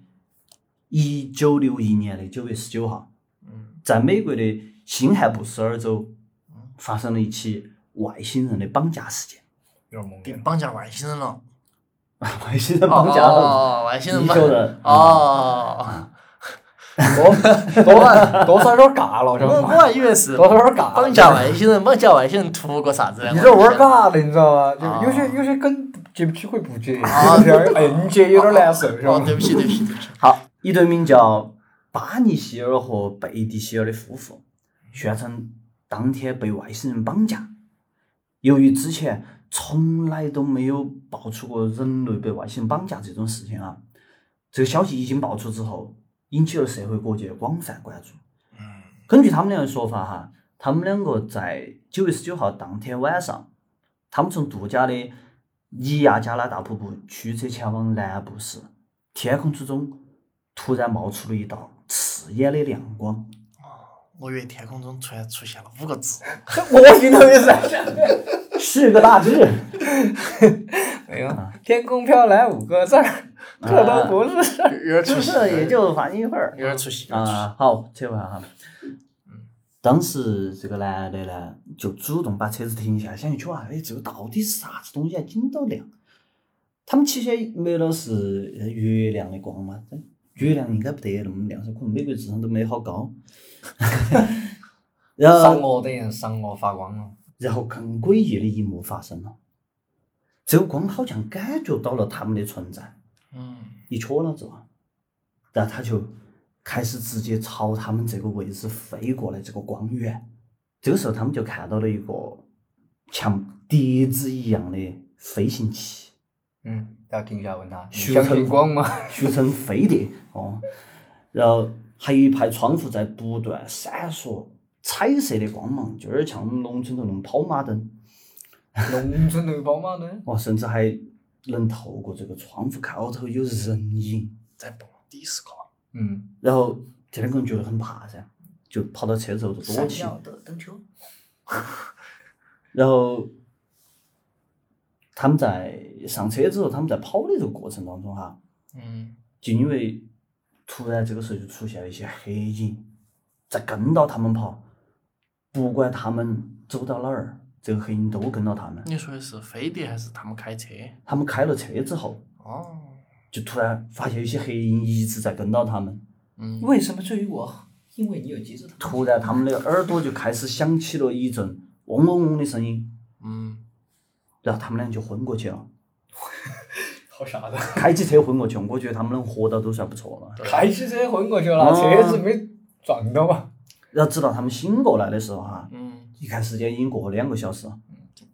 B: 一九六一年的九月十九号，
C: 嗯
B: 在美国的新罕布什尔州发生了一起外星人的绑架事件。
A: 有点懵
C: 别
A: 逼。
C: 绑架外星人了。
B: 外星人绑架了
C: 哦，外星人
B: 地
C: 绑
B: 球人。
C: 哦，
A: 多多半多少有点尬了，知
C: 我
A: 道
C: 嗯我
A: 吗？
C: 还以为是
A: 多少有点尬。
C: 绑架。外星人，绑架外星人图个啥子呢？
A: 一点
C: 我
A: 儿
C: 就想
A: 尬的，你啊知道吗？就有些有些梗接不起会不接，有 点儿硬接，有点儿难受，是
C: 哦
A: 吧，？
C: 对不起，对不起，对 不起。
B: 好，一对名叫巴尼希尔和贝蒂希尔的夫妇，宣称当天被外星人绑架。由于之前从来都没有爆出过人类被外星人绑架这种事情啊，这个消息一经爆出之后，引起了社会各界的广泛关注。
C: 嗯
B: 根据他们两个说法哈，他们两个在九月十九号当天晚上，他们从度假的尼亚加拉大瀑布驱车前往南部时，天空之中突然冒出了一道刺眼的亮光，
C: 我月天空中突然出现了五个字，
A: 我心头也是。
B: 是个大志，
A: 哎啊呦，天空飘来五个字儿，这都不是事儿。
C: 有点出
B: 不
C: 戏，
B: 是也就反应一会儿
C: 有。点出戏。有点出戏
B: 啊，好，扯回来哈。当时这个男的呢，就主动把车子停下，想去瞧下，哎，这个到底是啥子东西啊？金到亮。他们起先没了是呃月亮的光嘛，但月亮应该不得那么亮，可能美国智商都没好高。 然
A: 赏
B: 后，
A: 我的人赏我发光啊了。
B: 然后更诡异的一幕发生了，这个光好像感觉到了他们的存在。
C: 嗯，
B: 一撮了之后，然后他就开始直接朝他们这个位置飞过来，这个光源。这个时候他们就看到了一个像碟子一样的飞行器，
A: 嗯，要停下来问他，你
B: 徐
A: 相
B: 成
A: 信光吗？
B: 俗称飞碟哦。然后还有一排窗户在不断闪烁彩色的光芒，就有点像我们农村头那种跑马灯
A: 农村的宝马呢？
B: 哦，甚至还能透过这个窗户看后头有人影。
C: 在蹦迪斯科，
A: 嗯，
B: 然后这两个人觉得很怕噻，就跑到车子后头躲起。
A: 的灯球。
B: 然后他们在上车之后，他们在跑的这个过程当中哈，
C: 嗯，
B: 就因为突然这个时候就出现了一些黑影在跟到他们跑，不管他们走到哪儿，这个黑影都跟到他们。
C: 你说的是飞碟还是他们开车？
B: 他们开了车之后，
C: 哦，
B: 就突然发现有些黑影一直在跟到他们。
C: 嗯，
A: 为什么追我？因为你有急着他。
B: 突然，他们的耳朵就开始响起了一阵嗡嗡嗡的声音，
C: 嗯，
B: 然后他们俩就昏过去了。
A: 好傻的，
B: 开起车昏过去，我觉得他们能活到都算不错了。
A: 开汽车昏过去了，车子没撞到啊吧？
B: 然后直到他们醒过来的时候哈、
C: 嗯，
B: 一看时间已经过了两个小时，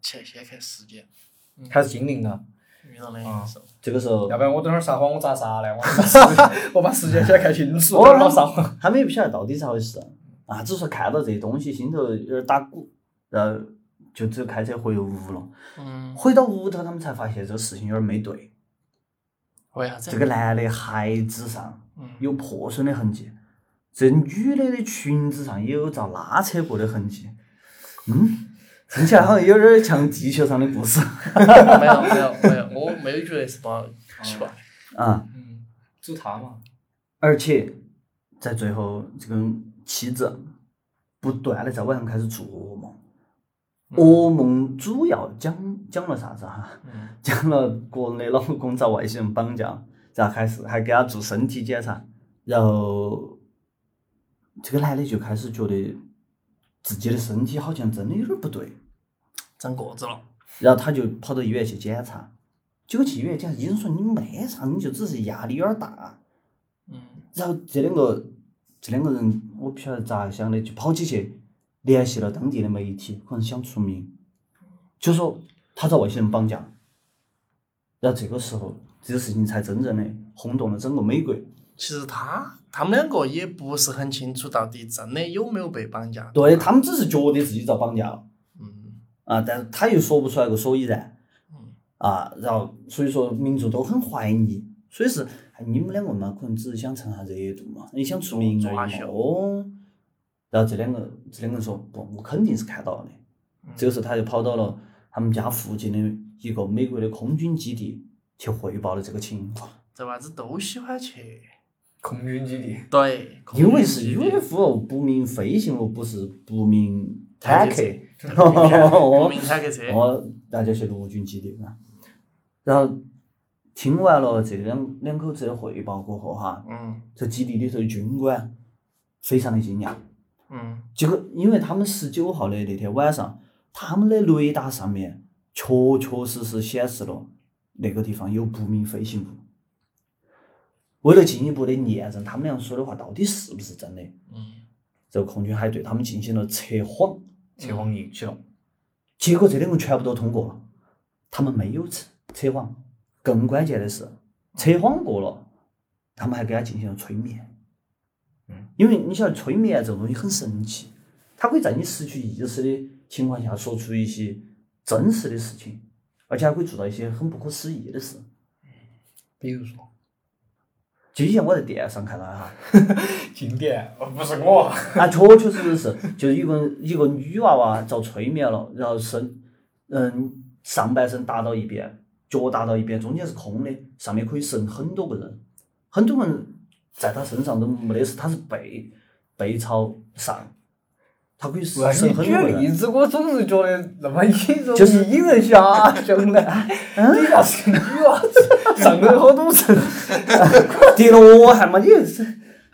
C: 前先看时间，
A: 他是精灵啊！
C: 遇到那个时候，
B: 这个时候
A: 要不然我等会儿撒谎，我咋撒呢？我把 时我把时间先看清楚，等会儿好撒谎。
B: 他们也不晓得到底咋回事啊，只是看到这些东西心头有点打鼓，然后就只有开车回屋了。
C: 嗯，
B: 回到屋头，他们才发现这个事情有点没对，
C: 为啥子？
B: 这个男的鞋子上
C: 嗯，
B: 有破损的痕迹，这女的的裙子上也有遭拉扯过的痕迹，嗯。听起来好像有点像地球上的故事
C: 没有没有没有，我没有觉得是多奇怪。
B: 啊！
A: 嗯，就他嘛。
B: 而且在最后，这个妻子不断的在晚上开始做噩梦，噩梦主要讲讲了啥子哈？
C: 嗯
B: 讲了个人的老公遭外星人绑架，然后还是还给他做身体检查，然后这个男的就开始觉得自己的身体好像真的有点不对，
C: 长个子了。
B: 然后他就跑到医院去检查，结果去医院检查，医生说你没啥，你就只是压力有点大。
C: 嗯
B: 然后这两个这两个人，我不晓得咋想的，就跑起去联系了当地的媒体，可能想出名，就说他遭外星人绑架。然后这个时候，这个事情才真正的轰动了整个美国。，
C: 其实他他们两个也不是很清楚到底真的有没有被绑架。
B: 对他们只是觉得自己遭绑架了
C: 嗯
B: 啊，但是他又说不出来个所以然
C: 嗯
B: 啊。然后所以说民众都很怀疑，所以是、哎你们两个嘛，可能只是想蹭下热度嘛，你想出名
C: 抓
B: 而已嘛。
C: 秀
B: 哦，然后这两个这两个人说不，我肯定是看到的。
C: 嗯
B: 这个时候他就跑到了他们家附近的一个美国的空军基地去汇报了这个情况，
C: 这娃子都喜欢去。
A: 空军基地，
C: 对，
B: 因为是
C: 恐怖袭击
B: UFO 不明飞行哦物，不是不明坦
C: 坦
B: 克
C: 克。不
B: 哦
C: 明坦克车。
B: 我大家去陆军基地啊。然后听完了这两两口子的汇报过后哈，
C: 嗯
B: 这基地里头的军官非常的惊讶，
C: 嗯
B: 结果因为他们十九号的那天晚上，他们的雷达上面确确实实显示了那个地方有不明飞行物。为了进一步的验证他们俩说的话到底是不是真的，
C: 嗯
B: 这个空军还对他们进行了测谎，
A: 测谎仪启动。
B: 结果这两个全部都通过了，他们没有测测谎，更关键的是测谎过了，他们还给他进行了催眠。
A: 嗯，
B: 因为你晓得催眠这个东西很神奇，它可以在你失去意识的情况下说出一些真实的事情，而且还可以做到一些很不可思议的事。
A: 比如说，
B: 就以前我在电视上看到的哈，
A: 经典，哦不是我。
B: 啊，确确实实是，就是一个一个女娃娃遭催眠了，然后身嗯上半身打到一边，脚打到一边，中间是空的，上面可以伸很多个人，很多人在她身上都没得事，她是背背朝上，她可以伸
A: 你
B: 很多
A: 举
B: 个
A: 例
B: 人。
A: 子，我总是觉得那么一种
B: 就是
A: 引人啊遐 想的。底下是个女娃子， 上头有好多人。
B: 跌落汗嘛，你这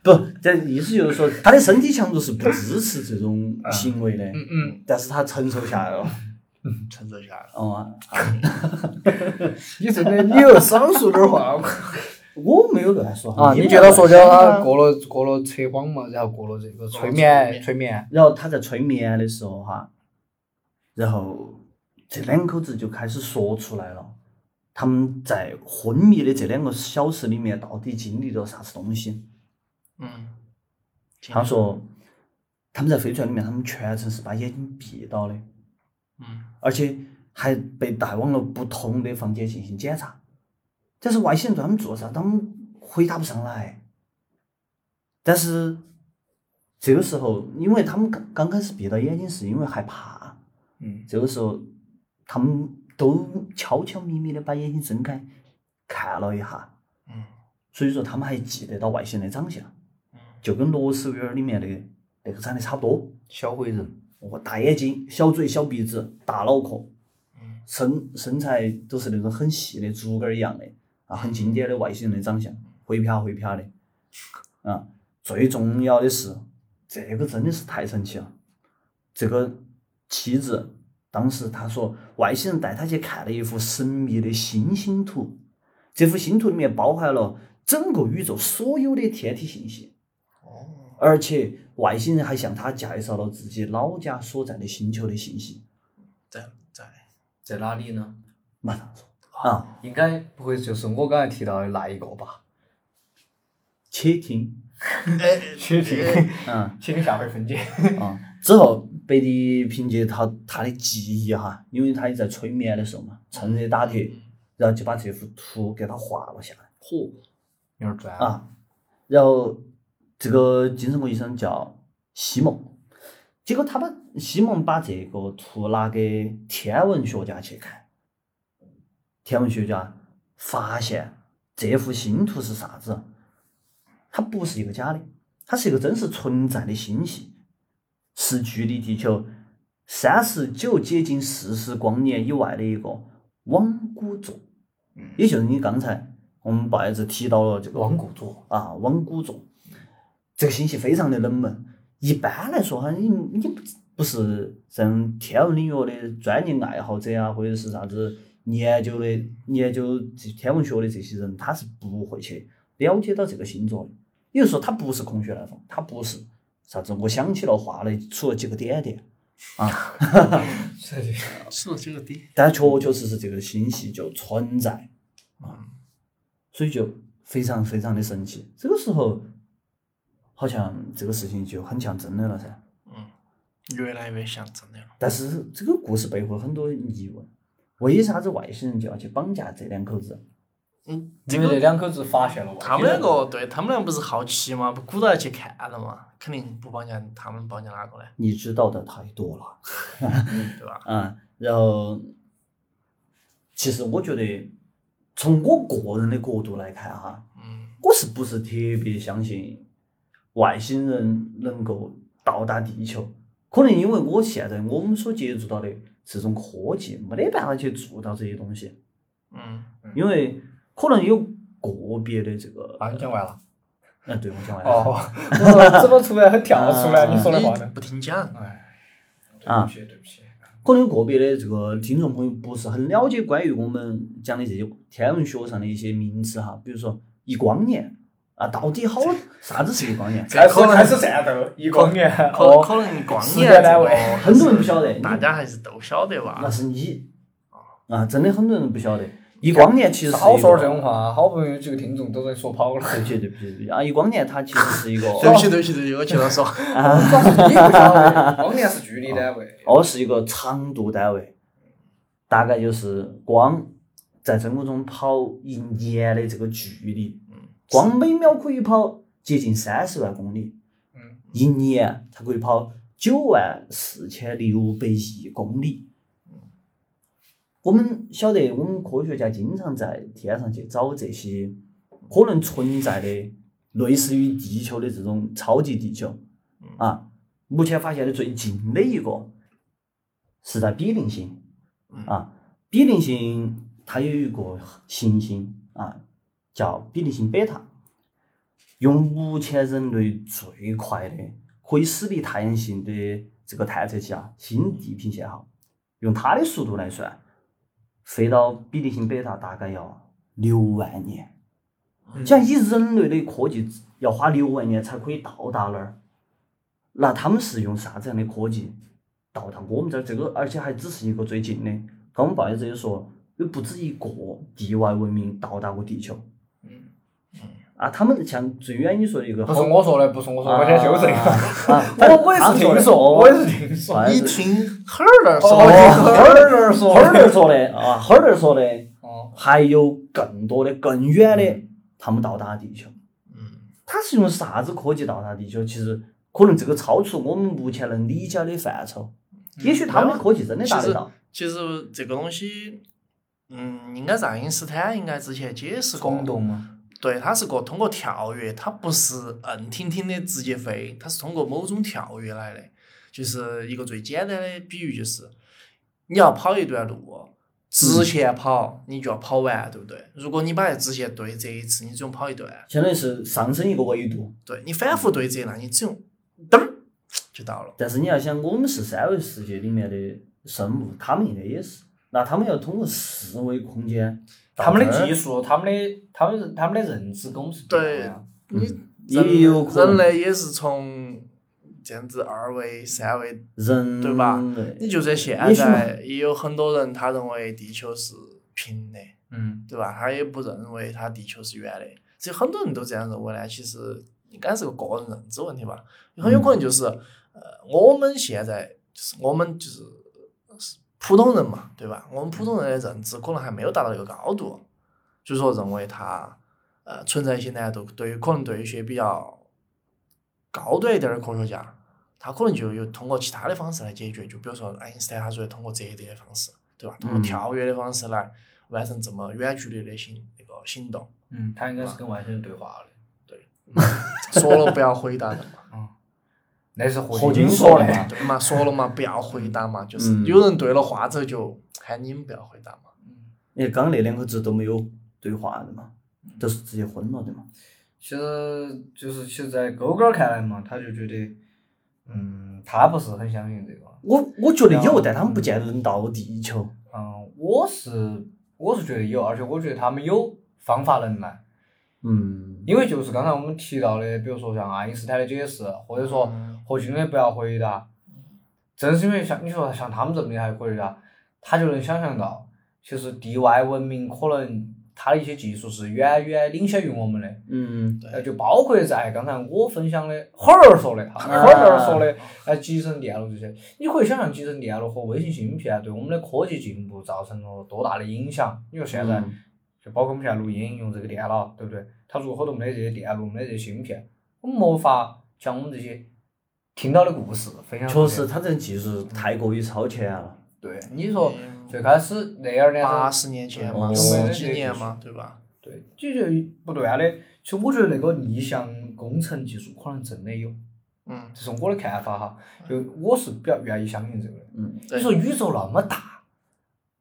B: 不这意思就是说，她的身体强度是不支持这种行为的，
A: 嗯，
B: 但是她承受下来了。
C: 承受下来了。
B: 哦、
A: 你这个你又少说点话嘛。
B: 我没有乱说
A: 啊，
B: 你
A: 你
B: 们
A: 觉得说
B: 俩
A: 叫
B: 乱
A: 他
B: 想啊
A: 过了过了测谎嘛，然后过了这个催
C: 过
A: 眠
C: 了
A: 催眠，
B: 然后他在催眠的时候哈，然后这两口子就开始说出来了，他们在昏迷的这两个小时里面到底经历了啥子东西？
C: 嗯，经
B: 他说，他们在飞船里面，他们全程是把眼睛闭到的，
C: 嗯
B: 而且还被带往了不同的房间进行检查。但是外星人对他们做啥，他们回答不上来。但是这个时候，因为他们刚刚开始闭到眼睛，是因为害怕。
A: 嗯，
B: 这个时候，他们都悄悄咪咪的把眼睛睁开，看了一下，
C: 嗯
B: 所以说他们还记得到外星人的长相，
C: 嗯
B: 就跟《罗斯威尔》里面的那个长得差不多。
A: 小灰人，
B: 哦，大眼睛、小嘴、小鼻子、大脑壳，
C: 嗯
B: 身身材都是那种很细的竹竿儿一样的啊，很经典的外星人的长相，灰啪灰啪的。啊，最重要的是，这个真的是太神奇了。这个妻子当时她说，外星人带她去看了一幅神秘的星星图，这幅星图里面包含了整个宇宙所有的天体信息。
C: 哦
B: 而且外星人还向他介绍了自己老家所在的星球的信息。
C: 在在
A: 在哪里呢？
B: 马上说啊，
A: 应该不会就是我刚才提到的那一个吧？
B: 且听，
C: 哎
A: 且听，
B: 嗯
A: 请下回分解。
B: 啊。之后，贝蒂凭借他他的记忆哈，因为他也在催眠的时候嘛，趁热打铁，然后就把这幅图给他画了下来
C: 嚯，
A: 有点转啊，
B: 啊。然后这个精神科医生叫西蒙，结果他把西蒙把这个图拿给天文学家去看，天文学家发现这幅星图是啥子？它不是一个假的，它是一个真实存在的星系，是距离地球三十九接近四十光年以外的一个汪古座
C: 嗯，
B: 也就是你刚才我们白子提到了这个
A: 王古座，
B: 啊，汪古座，这个星系非常的冷门。一般来说哈，你你不不是像天文领域的专业爱好者啊，或者是啥子研究的研究这天文学的这些人，他是不会去了解到这个星座的。也就是说，它不是空穴来风，它不是啥子我想起了画的，出了几个点点啊。
C: 吃了几个点，
B: 但确确实实这个星系就存在啊，
C: 嗯
B: 所以就非常非常的神奇。这个时候，好像这个事情就很像真的了噻。
C: 嗯，越来越像真的了。
B: 但是这个故事背后有很多疑问，为啥子外星人就要去绑架这两口子？
C: 嗯，这
A: 因为这
C: 个
A: 两口子发现了外星人
C: 他们两个对他们俩不是好奇吗？不鼓捣要去看了嘛？肯定不绑架他们，绑架哪个呢？
B: 你知道的太多了。
A: 嗯
C: 对吧？
B: 啊，然后，其实我觉得，从我个人的角度来看哈，
C: 嗯
B: 我是不是特别相信外星人能够到达地球？可能因为我现在我们所接触到的这种科技，没得办法去做到这些东西，
C: 嗯，
B: 因为可能有个别的这个，
A: 啊，你讲完了。
B: 嗯，对我讲完了
A: 哦，我说怎么突然很跳出来
B: 啊
A: 你说的话
C: 你
A: 呢？
C: 不听讲，
A: 哎，
B: 啊
A: 起，对不起。
B: 可能个别的这个听众朋友不是很了解关于我们讲的这些天文学上的一些名词哈，比如说一光年啊，到底好啥子是一光年？
A: 开始开始战斗，一光年，
C: 可
A: 哦，
C: 可能光
A: 时
C: 年
A: 间
C: 这
A: 单位
C: 个
B: 很多人不晓得，
C: 大家还是都晓得吧
B: 那？是你啊，真的很多人不晓得，一光年其实是
A: 少
B: 一
A: 说
B: 个
A: 点这种话，啊好不容易有几个听众都被说跑了。
B: 对不起对不起对不起啊，一光年它其实是一个
C: 对不起，对不起，对不起，我接 着说。
A: 主要是你不晓 得，光年是距离单位。
B: 哦是一个长度单位，大概就是光在真空中跑一年的这个距离，光每秒可以跑接近三十万公里，
A: 嗯，
B: 一年它可以跑九万四千六百亿公里。我们晓得，我们科学家经常在天上去找这些可能存在的类似于地球的这种超级地球啊。目前发现的最近的一个是在比邻星
C: 嗯
B: 啊，比邻星它有一个行星啊，叫比邻星贝塔，用目前人类最快的可以驶离太阳系的这个探测器啊，新地平线号，用它的速度来算，飞到比邻星贝塔大概要六万年。
A: 嗯
B: 像以人类的科技，要花六万年才可以到达那儿，那他们是用啥子样的科技到达我们这儿？这个而且还只是一个最近的。刚我们报业者也说，有不止一个地外文明到达过地球。
A: 嗯
B: 啊，他们像最远你说的一个
A: 哦不
B: 好，
A: 是我说的，不是我说的，我先修正一下。
B: 啊，
A: 我我也是听说，我也是听说。
B: 说
C: 一听赫儿那儿
A: 哦，
C: 说，
A: 儿儿说
B: 哈尔说的啊，哈尔说的，
A: 哦，嗯
B: 还有更多的更远的，他们到达地球。
C: 嗯
B: 它是用啥子科技到达地球？其实可能这个超出我们目前能理解的范畴。
A: 嗯
B: 也许他们的科技真的达得到。
C: 其实这个东西，嗯，应该是爱因斯坦应该之前解释过，
A: 空洞嘛，
C: 对，它是个通过跳跃，它不是硬挺挺的直接飞，它是通过某种跳跃来的。就是一个最简单的比喻，就是你要跑一段路，
B: 嗯
C: 直线跑，你就要跑完，对不对？如果你把这直线对折一次，你只用跑一段，
B: 相当于是上升一个维度，
C: 对你反复对折，那你只用噔儿就到了。
B: 但是你要想，我们是三维世界里面的生物，他们应该也是。那他们要通过四维空间到
A: 他
B: 这儿，
A: 们的技术，他们的他们他们的认知跟我们是不一样啊的。
C: 你
B: 嗯也有可能
C: 人类也是从这样子二维、三维，
B: 人
C: 对吧
B: 类
C: 你就算现
B: 也许嘛
C: 在也有很多人他认为地球是平的。
A: 嗯，
C: 对吧？他也不认为他地球是圆的，所以很多人都这样认为呢。其实应该是个个人认知问题吧，很有可能就是，呃，我们现在就是我们就是是普通人嘛，对吧？我们普通人的认知可能还没有达到那个高度，就说认为它呃存在一些难度，对于可能对于一些比较高端一点的科学家，他可能就有通过其他的方式来解决，就比如说爱因斯坦他说的通过折叠的方式，对吧？通过
B: 嗯
C: 跳跃的方式来完成这么远距离的行那个行动。
A: 嗯，他应该是跟外星人对话的，
C: 说了不要回答的嘛，
A: 那是
B: 霍
A: 霍
B: 金
A: 金
B: 说
A: 说
B: 的
A: 的
B: 嘛
A: 嘛。
C: 对嘛？说了嘛，不要回答嘛，就是
B: 嗯
C: 有人对了话之后就喊你们不要回答嘛。
B: 你看刚刚那两口子都没有对话的嘛，
A: 嗯
B: 都是直接昏了的嘛。
A: 其实就是其实，在勾勾儿看来嘛，他就觉得，嗯，他不是很相信这个。
B: 我我觉得
A: 然
B: 有，
A: 后
B: 但他们不见得能到地球。
A: 嗯，我是我是觉得有，而且我觉得他们有方法能来，
B: 嗯，
A: 因为就是刚才我们提到的，比如说像爱因斯坦的解释，或者说
C: 嗯
A: 霍金的不要回答，正是因为像你说像他们这么厉害的科学家，他就能想象到，其实地外文明可能它的一些技术是远远领先于我们的。
B: 嗯，
A: 呃，就包括在刚才我分享的哈尔说的，哈尔说
B: 啊
A: 的，呃，集成电路这些，你可以想象集成电路和微型芯片对我们的科技进步造成了多大的影响。你说现在，
B: 嗯
A: 就包括我们现在录音用这个电脑，对不对？它如果都没得这些电路，没得这些芯片，我们没法将我们这些听到的故事分享出
B: 确
A: 去。
B: 实，他这个技术太过于超前了。
A: 对，你说最开始那二年
C: 八十年前嘛，
B: 嗯
C: 十几年嘛，对吧？
A: 对，就就不断的，其实我觉得那个逆向工程技术可能真的有。
C: 嗯，
A: 这是我的看法哈，就我是比较愿意相信这个的。
B: 嗯，
C: 对
A: 你说宇宙那么大，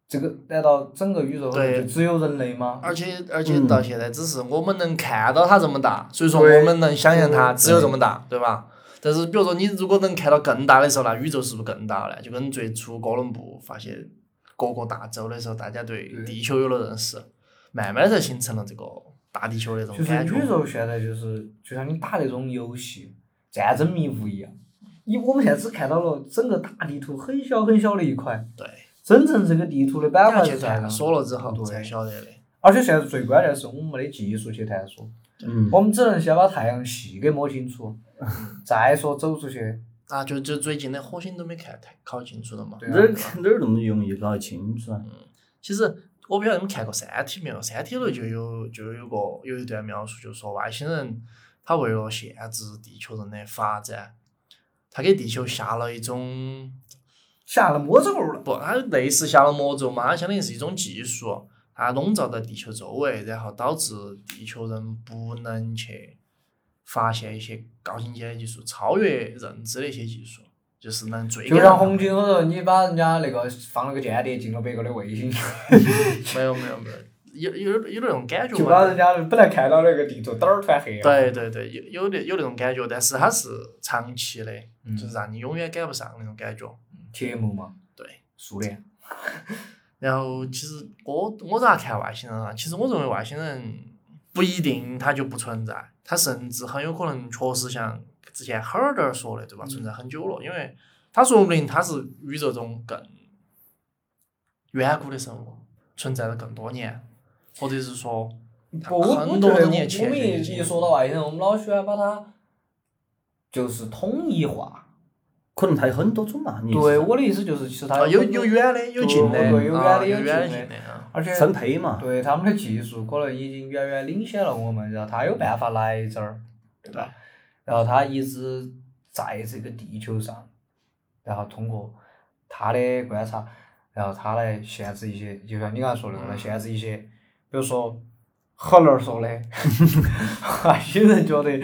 A: 这个难道整个宇宙
C: 对
A: 就只有人类吗？
C: 而且而且
B: 嗯
C: 到现在只是我们能看到它这么大，所以说
A: 对
C: 我们能想象它
A: 对
C: 只有这么大，对吧？但是比如说你如果能看到更大的时候，那宇宙是不是更大了？就跟最初哥伦布发现各个大洲的时候，大家对
A: 对
C: 地球有了认识，慢慢才形成了这个大地球的这
A: 就
C: 种
A: 是
C: 感觉。
A: 宇宙现在就是就像你打那种游戏《战争迷雾》一样，你我们现在只看到了整个大地图很小很小的一块，
C: 对，
A: 真正这个地图的板
C: 要
A: 块
C: 去
A: 是啥
C: 探
A: 样？
C: 索了之后
A: 对
C: 才晓得的。
A: 而且现在最关键的是我们没得技术去探索，
B: 嗯，
A: 我们只能先把太阳系给摸清 楚，再说走出去。
C: 啊，就就最近的火星都没看太搞清楚了嘛。
A: 对
B: 哪儿哪儿那么容易搞清楚啊？
C: 其实我不晓得你们看过《三体》没有，《三体》里就有就有个有一段描述，就是说外星人他为了限制地球人的发展，他给地球下了一种
B: 下了魔咒了。
C: 不，它类似下了魔咒嘛，它相当于是一种技术，它笼罩在地球周围，然后导致地球人不能去发现一些高精尖的技术，超越认知的一些技术，就是能追
A: 就
C: 赶
A: 像
C: 上
A: 红军，我说你把人家那个放了个间谍进了别个的卫 星，
C: 没有没有没有，有有有那种感觉
A: 就把人
C: 嘛。
A: 家本来看到那个地图，灯儿突然黑了。
C: 对对对，有有那有那种感觉，但是它是长期的，
A: 嗯
C: 就是让你永远赶不上那种感觉。
A: 节目嘛，
C: 对，
A: 苏联，
C: 然后其实我我咋看外星人啊？其实我认为外星人不一定它就不存在，它甚至很有可能确实像之前 Herder 说的，对吧？
A: 嗯
C: 存在很久了，因为他说不定他是宇宙中更远古的生物，存在了更多年，或者是说它
A: 不，我我
C: 很
A: 觉
C: 多
A: 得我
C: 年前
A: 们
C: 就
A: 一
C: 已经
A: 一说到外星人，我们老喜欢把它就是统一化。
B: 可能它有很多种嘛，你
A: 对，我的意思就是，其实它
C: 啊有
A: 很多
C: 有远的，有近的，
A: 对对有远的
C: 啊
A: 有
C: 有远的
A: 近的
C: 近的啊。
A: 而且
B: 分配嘛，
A: 对他们的技术可能已经远远领先了我们，然后他有办法来这儿，对吧？然后他一直在这个地球上，然后通过他的观察，然后他来限制一些，就像你刚才说的，来限制一些，比如说赫勒说的， 外星人觉得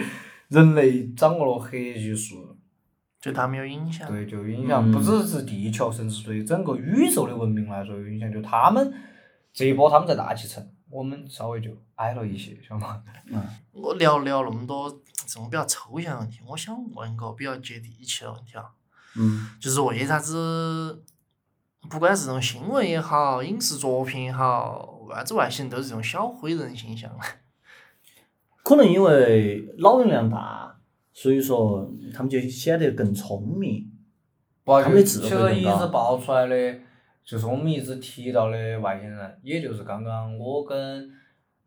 A: 人类掌握了黑技术，
C: 对他们有影
B: 啊
C: 响。
A: 对，就影
B: 嗯
A: 响不只是地球，甚至对整个宇宙的文明来说有影响。就他们这一波他们在大气层，我们稍微就矮了一些，晓得吗？
C: 我聊聊那么多这种比较抽象的问题，我想问一个比较接地气的问题啊，
B: 嗯，
C: 就是为啥子，不管是这种新闻也好，影视作品也好，为啥子外星人都是这种小灰人形象呢？
B: 可能因为脑容量大，所以说他们就显得更聪明。
A: 不，
B: 他们的
A: 其
B: 智慧
A: 实
B: 更
A: 一
B: 高
A: 直爆出来的，就是我们一直提到的外星人，也就是刚刚我跟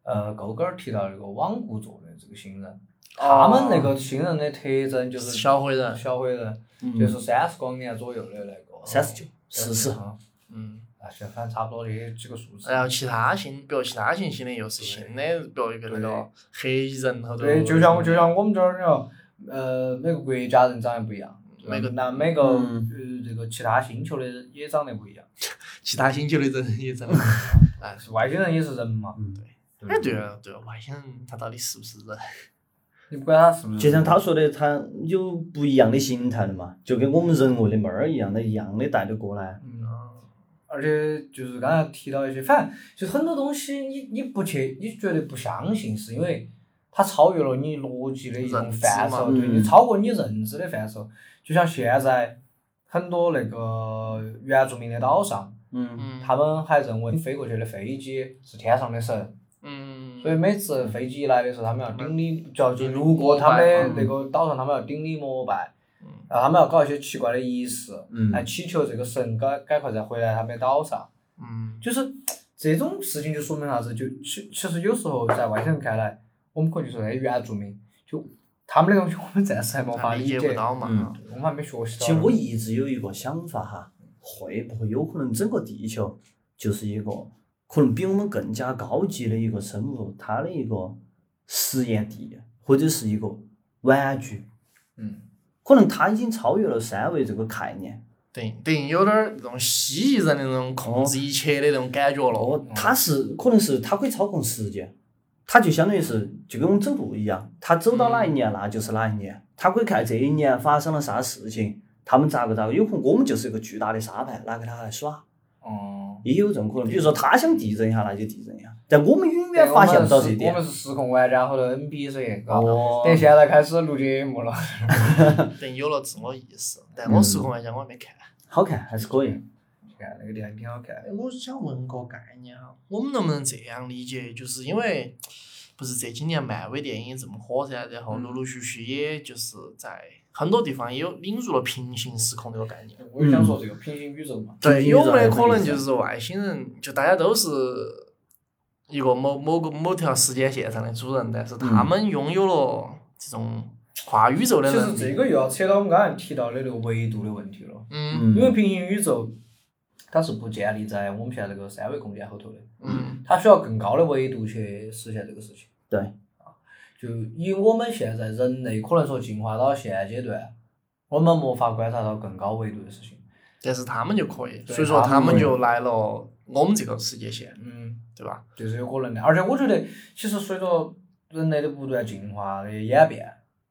A: 呃狗狗儿提到那个罔顾座的这个星人，
B: 哦
A: 他们那个星人的特征就是
C: 小灰人
A: 小灰人，
B: 嗯
A: 就是三十光年左右的那个，
B: 三十九、四十，哎
A: 啊，
C: 嗯，
A: 啊，行反正差不多这几个数字。
C: 然后其他星，比如其他行星的又是新的，比如一个那个黑衣人后头，
A: 对，就像就像我们这儿，你说，呃，每个国家人长得不一样，
C: 每个
A: 那每个
B: 嗯
A: 呃这个其他星球的人也长得不一样，
C: 其他星球的人也这么， 哎，
A: 是外星人也是人嘛，
B: 嗯
A: 对
C: 哎
A: 不
C: 对了对了，外星人他到底是不是人？
A: 你不管他是不是，
B: 就像他说的，他有不一样的形态的嘛，就跟我们人喂的猫儿一样的，一样的带得过来。
A: 嗯，而且就是刚才提到一些，反正就是很多东西你你不去，你觉得不相信，是因为它超越了你逻辑的一种
C: 认知
A: 范
C: 嘛
A: 畴，对
B: 嗯
A: 你超过你认知的范畴，就像现在很多那个原住民的岛上。
B: 嗯，
C: 嗯
A: 他们还认为飞过去的飞机是天上的神，
C: 嗯，
A: 所以每次飞机一来的时候，他们要顶礼，就要去
C: 嗯
A: 路过他们
B: 膜
A: 的
B: 拜
A: 那个岛上，他们要顶礼膜拜，
C: 嗯
A: 然后他们要搞一些奇怪的仪式，
B: 嗯
A: 来祈求这个神赶赶快再回来他们的岛上。
C: 嗯。
A: 就是这种事情就说明啥子？就其其实有时候在外星人看来，我们可能就说哎原住民，就他们的东西我们暂时还没法
C: 啊
A: 理
C: 理
A: 解，
C: 解不到嘛。
B: 嗯
A: 我们还没学习到。
B: 其实我一直有一个想法哈，会不会有可能整个地球就是一个可能比我们更加高级的一个生物，它的一个实验地或者是一个玩具，
A: 嗯，
B: 可能它已经超越了三维这个概念。
C: 等于等于有点儿那种蜥蜴人的那种控制一切的那种感觉了。
B: 哦，它是可能是它可以操控时间，它就相当于是就跟我们走路一样，它走到哪一年那就是哪一年，它可以看这一年发生了啥事情，他们咋个咋个，有可能我们就是一个巨大的沙盘拿给它来耍。
A: 哦、
B: 也有这种可能，比如说他想地震一下，那就地震一下，但我们永远发现不到这一
A: 我
B: 点
A: 们。是失控玩家或者 NPC，嘎。
B: 哦
A: 等现在开始录节目了。
C: 等于有了自我意识，但我失控玩家我还没看。
B: 好看还是可以。
A: 看那个电影挺好看的。
C: 哎我想问个概念哈，啊我们能不能这样理解？就是因为不是这几年漫威电影这么火噻，然后陆陆续续也就是在很多地方也有引入了平行时空这个概念。
A: 我就想说这个平行宇宙嘛，
B: 平
C: 对，
B: 行
C: 有
B: 宇宙
C: 没
B: 还
C: 有
B: 是
C: 可
B: 平
C: 能
B: 行
C: 就是外星人，就大家都是一个某某个某条时间线上的主人，但是他
B: 嗯
C: 们拥有了这种跨宇宙的
A: 其
C: 能
A: 实这
C: 力。
A: 个又要扯到我们刚才提到的那个维度的问题了。
C: 嗯
B: 嗯，
A: 因为平行宇宙它是不建立在我们现在这个三维空间后头的，
C: 嗯
A: 它需要更高的维度去实现这个事情。啊
B: 对，
A: 就以我们现在人类可能说进化到现阶段，我们没法观察到更高维度的事情。
C: 但是他们就可以，
A: 对
C: 所以说
A: 他
C: 他
A: 们
C: 们就来了我们这个世界线，
A: 嗯，
C: 对吧？
A: 这是有可能的。而且我觉得，其实随着人类的不断进化的演变，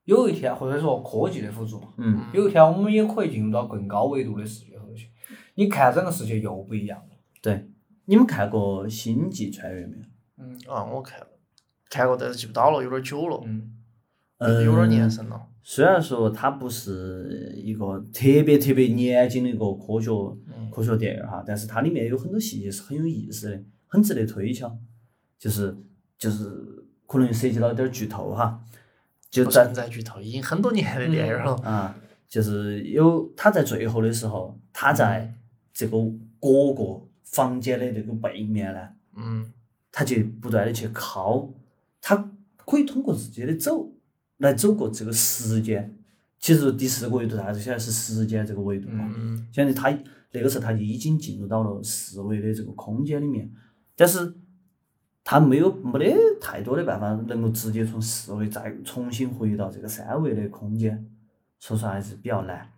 A: 有一天或者说科技的辅助嘛，
B: 嗯，
A: 有一天我们也可以进入到更高维度的世界后头去。你看整个世界又不一样了。
B: 对。你们看过《星际穿越》没有？
A: 嗯
C: 啊，我看了，看过，但是记不到了，有点久了，
A: 嗯
B: 嗯，
C: 有点年深了。
B: 虽然说它不是一个特别特别严谨的一个科学
A: 嗯
B: 科学电影哈，但是它里面有很多细节是很有意思的，很值得推敲。就是就是可能涉及到点儿剧透哈，就
C: 不
B: 在
C: 存在剧透，已经很多年的电影了。
B: 啊，就是有他在最后的时候，他在这个各个房间的这个背面呢，
C: 嗯
B: 他就不断的去敲，他可以通过自己的走来走过这个时间。其实第四个维度啥子？现在是时间这个维度嘛。
C: 嗯
B: 相当于他那个时候他就已经进入到了四维的这个空间里面，但是他没有没得太多的办法能够直接从四维再重新回到这个三维的空间，说实话还是比较难。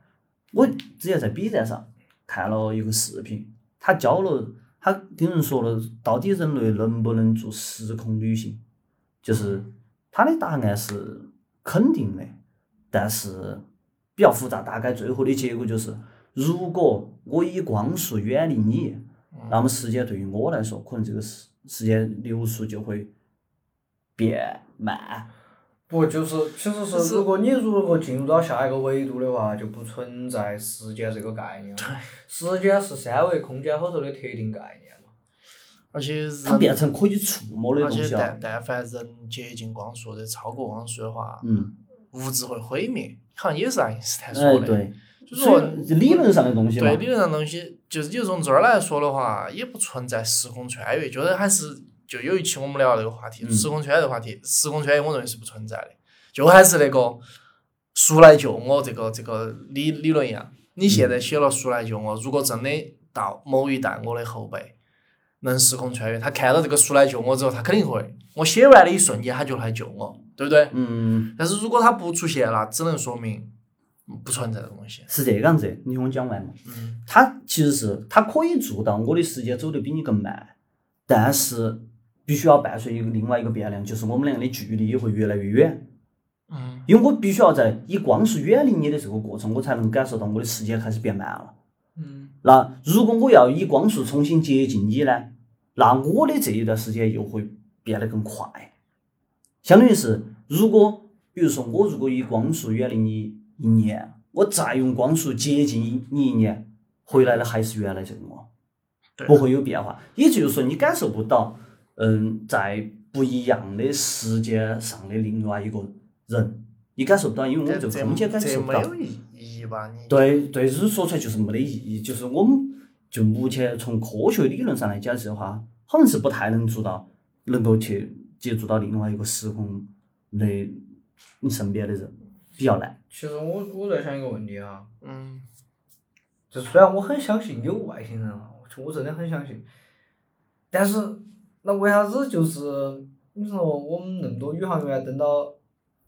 B: 我之前在 B 站上看了一个视频，他教了他跟人说了到底人类能不能做时空旅行，就是他的答案是肯定的，但是比较复杂，大概最后的结果就是，如果我以光速远离你，
C: 嗯
B: 那么时间对于我来说，可能这个时时间流速就会变慢。
A: 不就是，其实是如果你如果进入到下一个维度的话，就不存在时间这个概念。对，时间是三维空间后头的特定概念嘛。
C: 而且
B: 它变
C: 人，
B: 成可以触摸的
C: 而
B: 东
C: 且
B: 西了
C: 但。但凡人接近光速或者超过光速的话，
B: 嗯，
C: 物质会毁灭，好像也是爱因斯
B: 哎
C: 坦说，的。
B: 对，
C: 就是说
B: 所以理论上的东西嘛
C: 对，理论上东西，就是你就从这儿来说的话，也不存在时空穿越，觉得还是就有一期我们聊这个话题，
B: 嗯
C: 时空穿越的话题，时空穿越我认为是不存在的，就还是那个书来救我这个这个理理论一样，你现在写了书来救我，如果真的到某一代我的后辈能时空穿越，他看到这个书来救我之后，他肯定会，我写完的一瞬间他就来救我，对不对？
B: 嗯，
C: 但是如果他不出现了，只能说明不存在的东西。
B: 是这个样子的。你听我讲完嘛。
C: 嗯
B: 它其实是它可以做到我的时间走得比你更慢，但是必须要伴随一个另外一个变量，就是我们俩的距离也会越来越远，
C: 嗯。
B: 因为我必须要在以光速远离你的这个过程，我才能感受到我的时间开始变慢了。
A: 嗯。
B: 那如果我要以光速重新接近你呢，那我的这一段时间又会变得更快，相当于是如果比如说我如果以光速远离你一年，我再用光速接近你一年，回来的还是原来这个我。
C: 对
B: 不会有变化。也就是说，你感受不到，嗯，在不一样的时间上的另外一个人，你感受不到，因为我们
C: 这
B: 这个
C: 这
B: 空间感
C: 这
B: 受不
C: 没
B: 到。
C: 有意义吧？你
B: 对对，就是说出来就是没得意义。就是我们就目前从科学理论上来解释的话，好像是不太能做到，能够去接触到另外一个时空的你身边的人，比较难。
A: 其实我我在想一个问题啊，
C: 嗯，
A: 就虽然我很相信有外星人啊，我其实我真的很相信，但是那为啥子就是你说我们那么多宇航员等到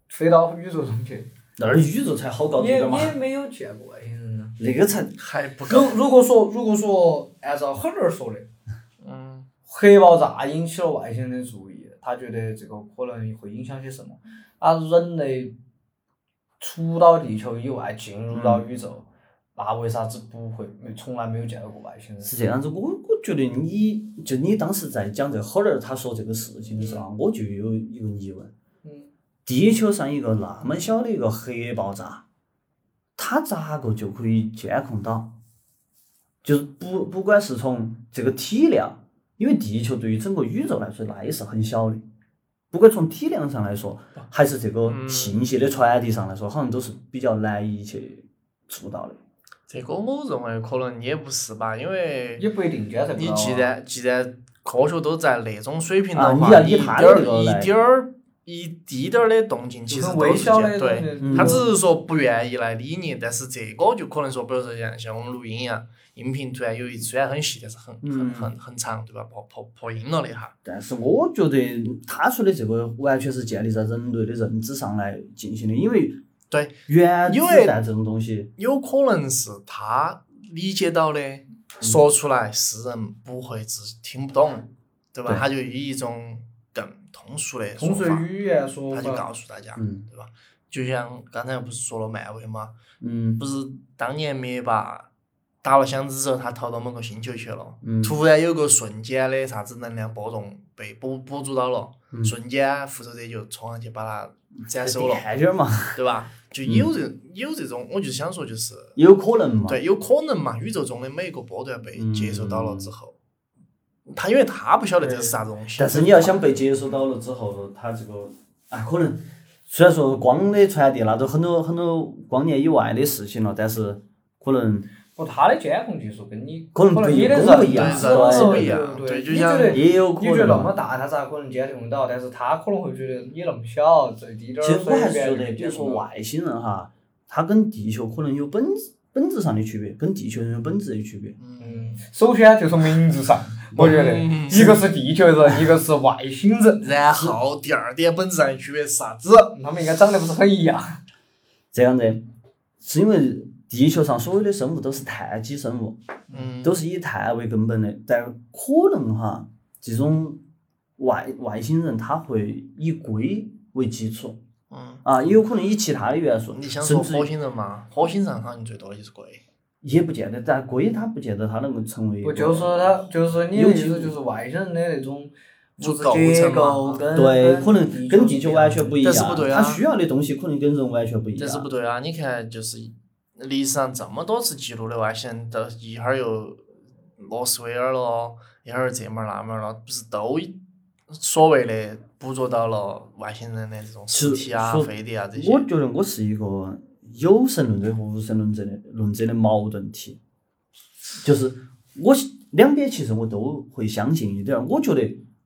A: 飞到宇宙中去，
B: 那儿宇宙才好高
A: 也
B: 对的嘛，
A: 也没有见过外星人呢？
B: 那个才
C: 还不
A: 如
C: 够。
A: 如果说如果说按照很多人说的，
C: 嗯，
A: 黑爆炸引起了外星人的注意，他觉得这个可能会影响些什么？啊，人类除到地球以外进入到宇宙，那为啥子不会没从来没有见到过外星人？
B: 是这样子，我我觉得你就你当时在讲这后儿他说这个事情的时候，啊我就有一个疑问：
A: 嗯，
B: 地球上一个那么小的一个核爆炸，它咋个就可以监控到？就是不不管是从这个体量，因为地球对于整个宇宙来说那也是很小的，不管从体量上来说，还是这个
C: 嗯
B: 信息的传递上来说，好像都是比较难以去做到的。
C: 这个我认为可能也不是吧，因为
A: 也不一定监测不
C: 你
A: 到啊
C: 既然既然科学都在那种水平
B: 啊
C: 的
B: 你
C: 话，
B: 要
C: 你
B: 以
C: 一
B: 他
C: 点
B: 的这个
C: 儿
B: 来
C: 一点儿一滴点儿的动静，其实
D: 很
C: 都
D: 微
C: 是
D: 小的
C: 件
D: 东西，
C: 对。
B: 嗯
C: 他只是说不愿意来理你，但是这个就可能说，比如说像像我们录音一样，音频突然有一虽然很细，但是很很
B: 嗯
C: 很很长，对吧？破破破音了那一下，
B: 但是我觉得他说的这个完全是建立在人类的认知上来进行的，因为
C: 对
B: 原子
C: 因为
B: 弹这种东西，
C: 有可能是他理解到的，
D: 嗯
C: 说出来世人不会只听不懂，对吧？
B: 对
C: 他就以一种更通俗的说
D: 通俗
C: 法，
D: 语言说
C: 嗯他就
D: 法，
C: 告诉大家，
B: 嗯
C: 对吧？就像刚才不是说了漫威吗？
B: 嗯
C: 不是当年灭霸打了响指之后，他逃到某个星球去了，
B: 嗯
C: 突然有个瞬间的啥子能量波动被捕捕捉到了，
B: 嗯
C: 瞬间复仇者就冲上去把他斩首了，
B: 看点嘛，
C: 对吧？就
D: 嗯
C: 有这、有这种，我就想说就是，
B: 有可能嘛，
C: 对，有可能嘛，宇宙中的每一个波段被
B: 嗯
C: 接收到了之后，他因为他不晓得这是啥东西，
B: 但是你要想被接收到了之后，它这个啊，可能虽然说光的传递那都很多很多光年以外的事情了，但是可能
D: 和他的监控技术跟你
B: 可能
D: 能
B: 不一
D: 你的
B: 样
D: 认
B: 不一
C: 对
B: 样
C: 人
D: 知
B: 对
C: 是不一
D: 对
C: 样，
D: 对，
C: 就
D: 你
C: 像
D: 觉得
B: 也有可
D: 你觉得那
B: 能
D: 么
B: 嘛。
D: 大，他咋可能监控到？但是他可能会觉得你那么小，最低点儿
B: 其实我还是
D: 随
B: 觉
D: 便
B: 得，
D: 就
B: 比
D: 监
B: 如说
D: 控到。
B: 外星人啊哈，他跟地球可能有本质本质上的区别，跟地球人有本质的区别。
D: 嗯，首先就从名字上，我觉得
C: 嗯
D: 一个是地球 人，一个是外星人，
C: 然后第二点本质上的区别是啥子？
A: 是
D: 他们应该长得不是很一样。
B: 这样的，是因为地球上所有的生物都是碳基生物，
C: 嗯，
B: 都是以碳为根本的，但可能哈，这种外外星人他会以硅为基础
C: 嗯，
B: 啊，也有可能以其他的元素，
C: 你想
B: 甚
C: 说
B: 至
C: 火星人吗？火星上好像最多的就是硅。
B: 也不见得，但硅它不见得它能够成为一
D: 不
B: 个，
D: 就是说他，就是你的
B: 有
D: 意
B: 几
D: 思就是外星人的那种
C: 就
D: 物质
C: 构
D: 结
C: 成嘛
D: 构啊跟
B: 对，可能跟地球完全不一样，
C: 但是不对啊
B: 它需要的东西可能跟人完全不一样，
C: 这是不对啊！你看，就是历史上这么多次记录的外星人，都一会儿又罗斯威尔了，一会儿这门儿那门儿了，不是都所谓的捕捉到了外星人的这种尸体啊
B: 是、说
C: 飞碟啊这些
B: 我？觉得我是一个有神论者和无神论者的论者的矛盾体，就是我两边其实我都会相信一点儿。我觉得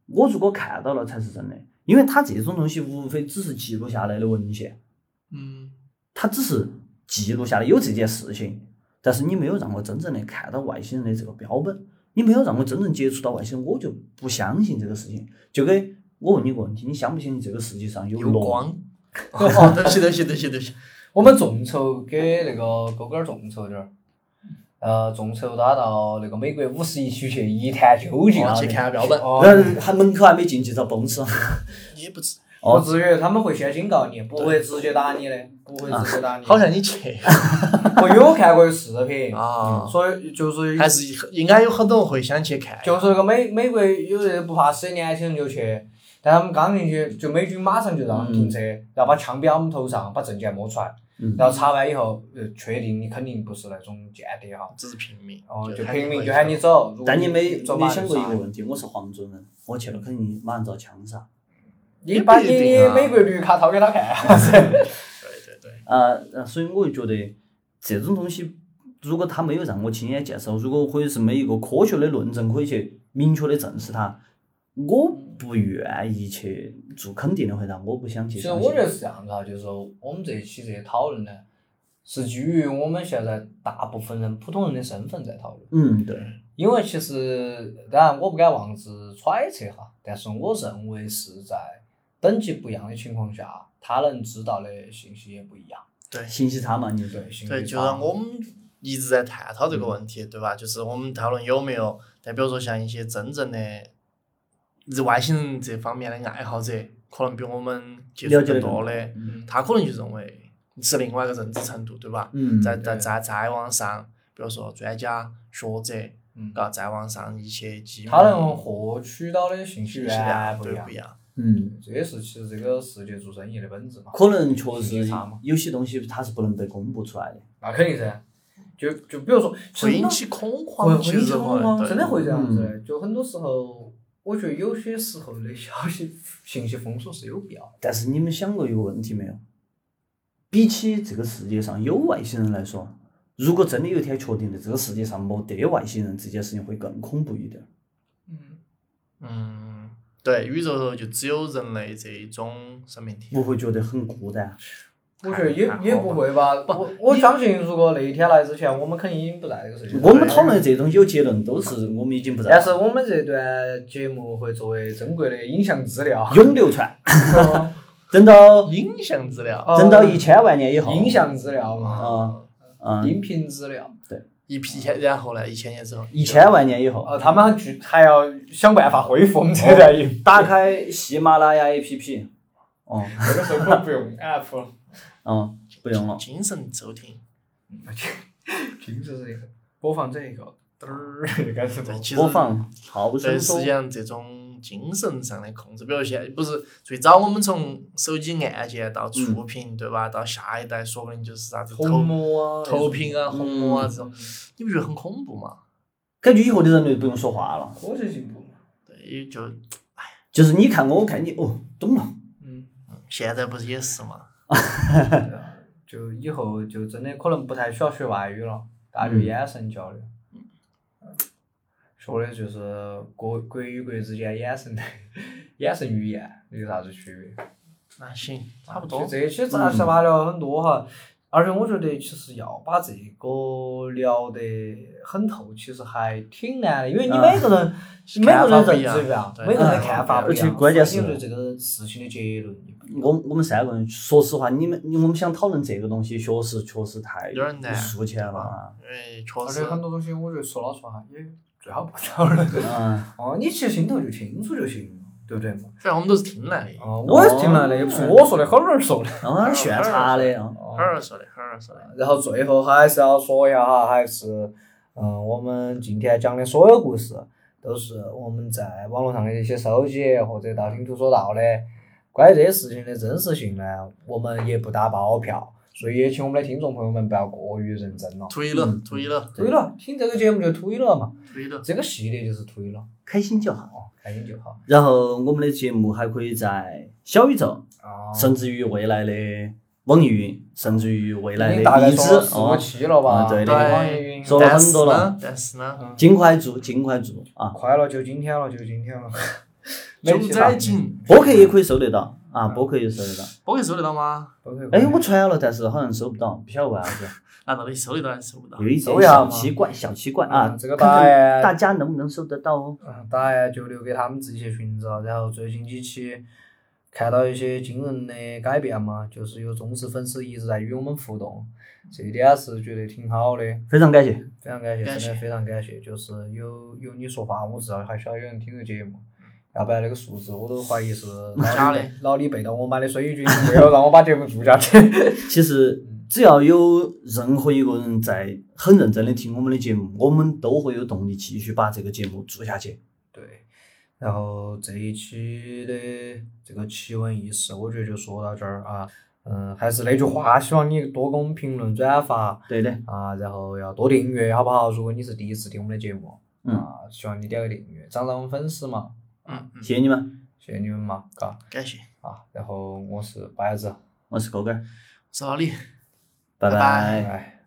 B: 我如果看到了才是真的，因为它这种东西无非只是记录下来的文献，
C: 嗯，
B: 它只是记录下来有这件事情，但是你没有让我真正的看到外星人的这个标本，你没有让我真正接触到外星人，我就不相信这个事情。就跟我问你个问题，你相不相信这个世界上有
C: 有
B: 龙？
C: 光。 哦，对不起，对不起，对不起，对不起。
A: 我们众筹给那个勾勾儿众筹点儿，呃，众筹拉到那个美国五十一区去一探究竟
D: 啊
C: 哦。去看标本
A: 哦，
B: 那还门口还没进去遭崩死。
C: 也不是，
B: 哦
D: 不至于，他们会先警告你，不会直接打你的，不会直接打你。
C: 好像你去
A: 我有看过视频，
C: 啊，
D: 所以就是
C: 还是应该有很多人会想去看。
A: 就是那个美美国有人不怕死的年轻人就去，但他们刚进去就美军马上就让他们停车，然后把枪毙到我们头上，把证件摸出来，
B: 嗯
A: 然后查完以后，呃，确定你肯定不是那种间谍哈，
C: 只是平民，
A: 哦，就
C: 喊
A: 平民
C: 回
A: 就喊你
C: 去
A: 走，如果
B: 但你没
A: 走
B: 没
A: 嘛
B: 想
A: 就
B: 过一
A: 杀
B: 个问题，我是黄种人，我去了肯定马上遭枪杀。
A: 你把你
C: 也不一定
A: 的
C: 啊
A: 美国绿卡掏给他看，
C: 对对对，
B: 呃，呃所以我就觉得这种东西，如果他没有让我亲眼见识，如果或者是没有一个科学的论证可以去明确的证实它，我不愿意去做肯定的回答，我不想去
A: 其实
B: 相
A: 我
B: 信
A: 觉。得是这样子哈，就是说我们这一期这些讨论呢，是基于我们现在大部分人普通人的身份在讨论。
B: 嗯，对，
A: 因为其实，当然我不敢妄自揣测哈，但是我认为是在等级不一样的情况下，他能知道的信息也不一样。
B: 信息差嘛，你
A: 对，信息
C: 对，就
A: 差
C: 像我们一直在探讨这个问题，对吧？就是我
A: 嗯
C: 们讨论有没有，但比如说像一些真正的外星人这方面的爱好者，可能比我们接触
B: 了解得
C: 更多
B: 更
C: 的，
A: 嗯
C: 他可能就认为是另外一个认知程度，对吧？
B: 嗯，
C: 再再
A: 对
C: 再再往上，比如说专家、学者，
A: 嗯
C: 嘎，再往上一些机密
A: 他能获取到的信息
C: 信息
A: 源
B: 啊
C: 量
A: 不一
C: 对
A: 样
C: 不一，样。
B: 嗯。
A: 这也是其实这个世界做生意的本质嘛。
B: 可能确
A: 信息
B: 实
A: 差嘛
B: 有些东西它是不能被公布出来的，
A: 那肯定噻，就就比如说，
C: 会
A: 真
C: 引
A: 的
C: 起恐
A: 会
C: 慌，
A: 会
C: 其
A: 影
C: 实
A: 响恐慌，
C: 对
A: 真的会这样
B: 嗯
A: 子的。就很多时候，我觉得有些时候的消息信息封锁是有必要的。
B: 但是你们想过一个问题没有？比起这个世界上有外星人来说，如果真的有一天确定了这个世界嗯上没得外星人，这件事情会更恐怖一点。
C: 嗯，对，宇宙后就只有人类这一种生命体。
B: 我会觉得很孤单。
A: 我觉得也也不会吧，我我相信，如果那一天来之前，我们肯定已经不在这个世界上了。
B: 我们讨论这种有结论，都是我们已经不在
A: 但
B: 了，
A: 是我们这段节目会作为珍贵的影像资料，
B: 永流传。 等到
C: 影像资料，
B: 等到一千万年以后，
A: 呃哦影像资料嘛，
B: 啊啊，
A: 音频资料。
C: 一批，然后呢？一千年之后，
B: 一千万年以后，
A: 哦，他们还具还要想办法恢复我们这段音。
B: 打开喜马拉雅 APP，哦，
A: 那个时候不用 app，
B: 嗯，不用了。
C: 精神收听。
A: 听着这个，播放这个，嘚儿就开始播
C: 对，。其实
B: 播放好不
C: 对，
B: 生
C: 实
B: 疏
C: 际，上这种精神上的控制，比如现在不是最早我们从手机按键
B: 嗯
C: 到触屏，对吧？到下一代，说不定就是啥子
A: 红
C: 投
A: 魔啊，
C: 投屏啊、红魔啊这种
A: 嗯，
C: 你不觉得很恐怖吗？
B: 感觉以后的人类不用说话了，
A: 科学进步嘛。
C: 对，也就
B: 就是你看我，我看你，哦，懂了。
A: 嗯，
C: 现在不是也是嘛？
A: 对啊就以后就真的可能不太需要学外语了，大家就眼神交流。学的就是国国与国之间眼 神的眼神语言有啥子区别？
C: 那行，差不
A: 就
C: 多。
A: 这些杂七八糟很多哈，而且我觉得其实要把这个聊得很透，其实还挺难的，因为你
B: 嗯
A: 每个人、每个
C: 看
A: 人
C: 法不一
A: 认
C: 样
A: 知不一样，
C: 对
A: 每个人的看法不一样，
B: 而且关键是
A: 所以你对这个事情的结论也不一样。
B: 我我们三个人，说实话，你们你我们想讨论这个东西，确实确实太
C: 有点难
B: 肤浅了啊。
C: 因
A: 而
C: 为哎确
A: 且
C: 实，
A: 很多东西，我觉得说老实话也最好不讨论。
B: 嗯，
A: 哦，你其实心头就清楚就行，对不对嘛？
C: 反正我们都是听来的，
A: 哦，哦我也是听来的，也不是我说的，好多人说的。
B: 让他炫茶的啊。
C: 哈儿说的，哈儿说的。
A: 然后最后还是要说一下哈，还是嗯，我们今天讲的所有故事都是我们在网络上的一些收集或者道听途说到的。关于这些事情的真实性呢，我们也不打包票，所以也请我们的听众朋友们不要过于认真了。
C: 推了，
B: 嗯
C: 推了，
A: 推了，听这个节目就推了嘛，
C: 推了。
A: 这个系列就是推了，
B: 开心就好。
A: 哦，开心就好。
B: 然后我们的节目还可以在小宇宙，
A: 啊
B: 甚至于未来的网易云，甚至于未来
A: 已经大
B: 的
A: 概
B: 荔枝
A: 说了四五
B: 哦，
A: 期了吧？
B: 嗯对
C: 的
A: 网易云
B: 说了
C: 但
B: 很
C: 是
B: 多了
C: 呢，，但是呢，
B: 尽快做，尽快做啊！
A: 快了，就今天了，就今天 了。每
C: 就
A: 期
C: 在
A: 打
C: 紧，
B: 播客也可以收得到啊，播客也收得到。
C: 播客收得到吗？啊
A: 都可以
B: 哎，我传了，但是好像收不到，不晓得为啥子，
C: 那到底收得到还是收不到
B: 有？一点
A: 收呀
B: 小
A: 嘛
B: 奇怪，小奇怪啊！
A: 嗯这个
B: 看
A: 大
B: 看
A: 爷
B: 大家能不能收得到哦？
A: 嗯，打呀就留给他们自己去寻找。然后最近几期看到一些惊人的改变嘛，就是有忠实粉丝一直在与我们互动，这一点是觉得挺好的，
B: 非常感谢，
A: 非常感谢，
C: 感
A: 真
C: 谢
A: 的非常感谢。就是有有你说话，我至少还晓得有人听这节目。要不然那个数字，我都怀疑是老李
C: 假的
A: 被老李背到我买的水军，为了让我把节目做下去。
B: 其实只要有任何一个人在很认真的听我们的节目，我们都会有动力继续把这个节目做下去。
A: 对，然后这一期的这个奇闻异事，我觉得就说到这儿啊。嗯，还是那句话，希望你多给我们评论、转发
B: 对的，
A: 啊，然后要多订阅，好不好？如果你是第一次听我们的节目，
B: 嗯
A: 啊，希望你点个订阅，涨涨我们粉丝嘛，
C: 嗯嗯，
B: 谢谢你们，
A: 谢谢你们嘛，嘎
C: 感谢，
A: 啊。然后我是白子，
B: 我是狗哥，
C: 是老李。拜
B: 拜
C: 拜
A: 拜。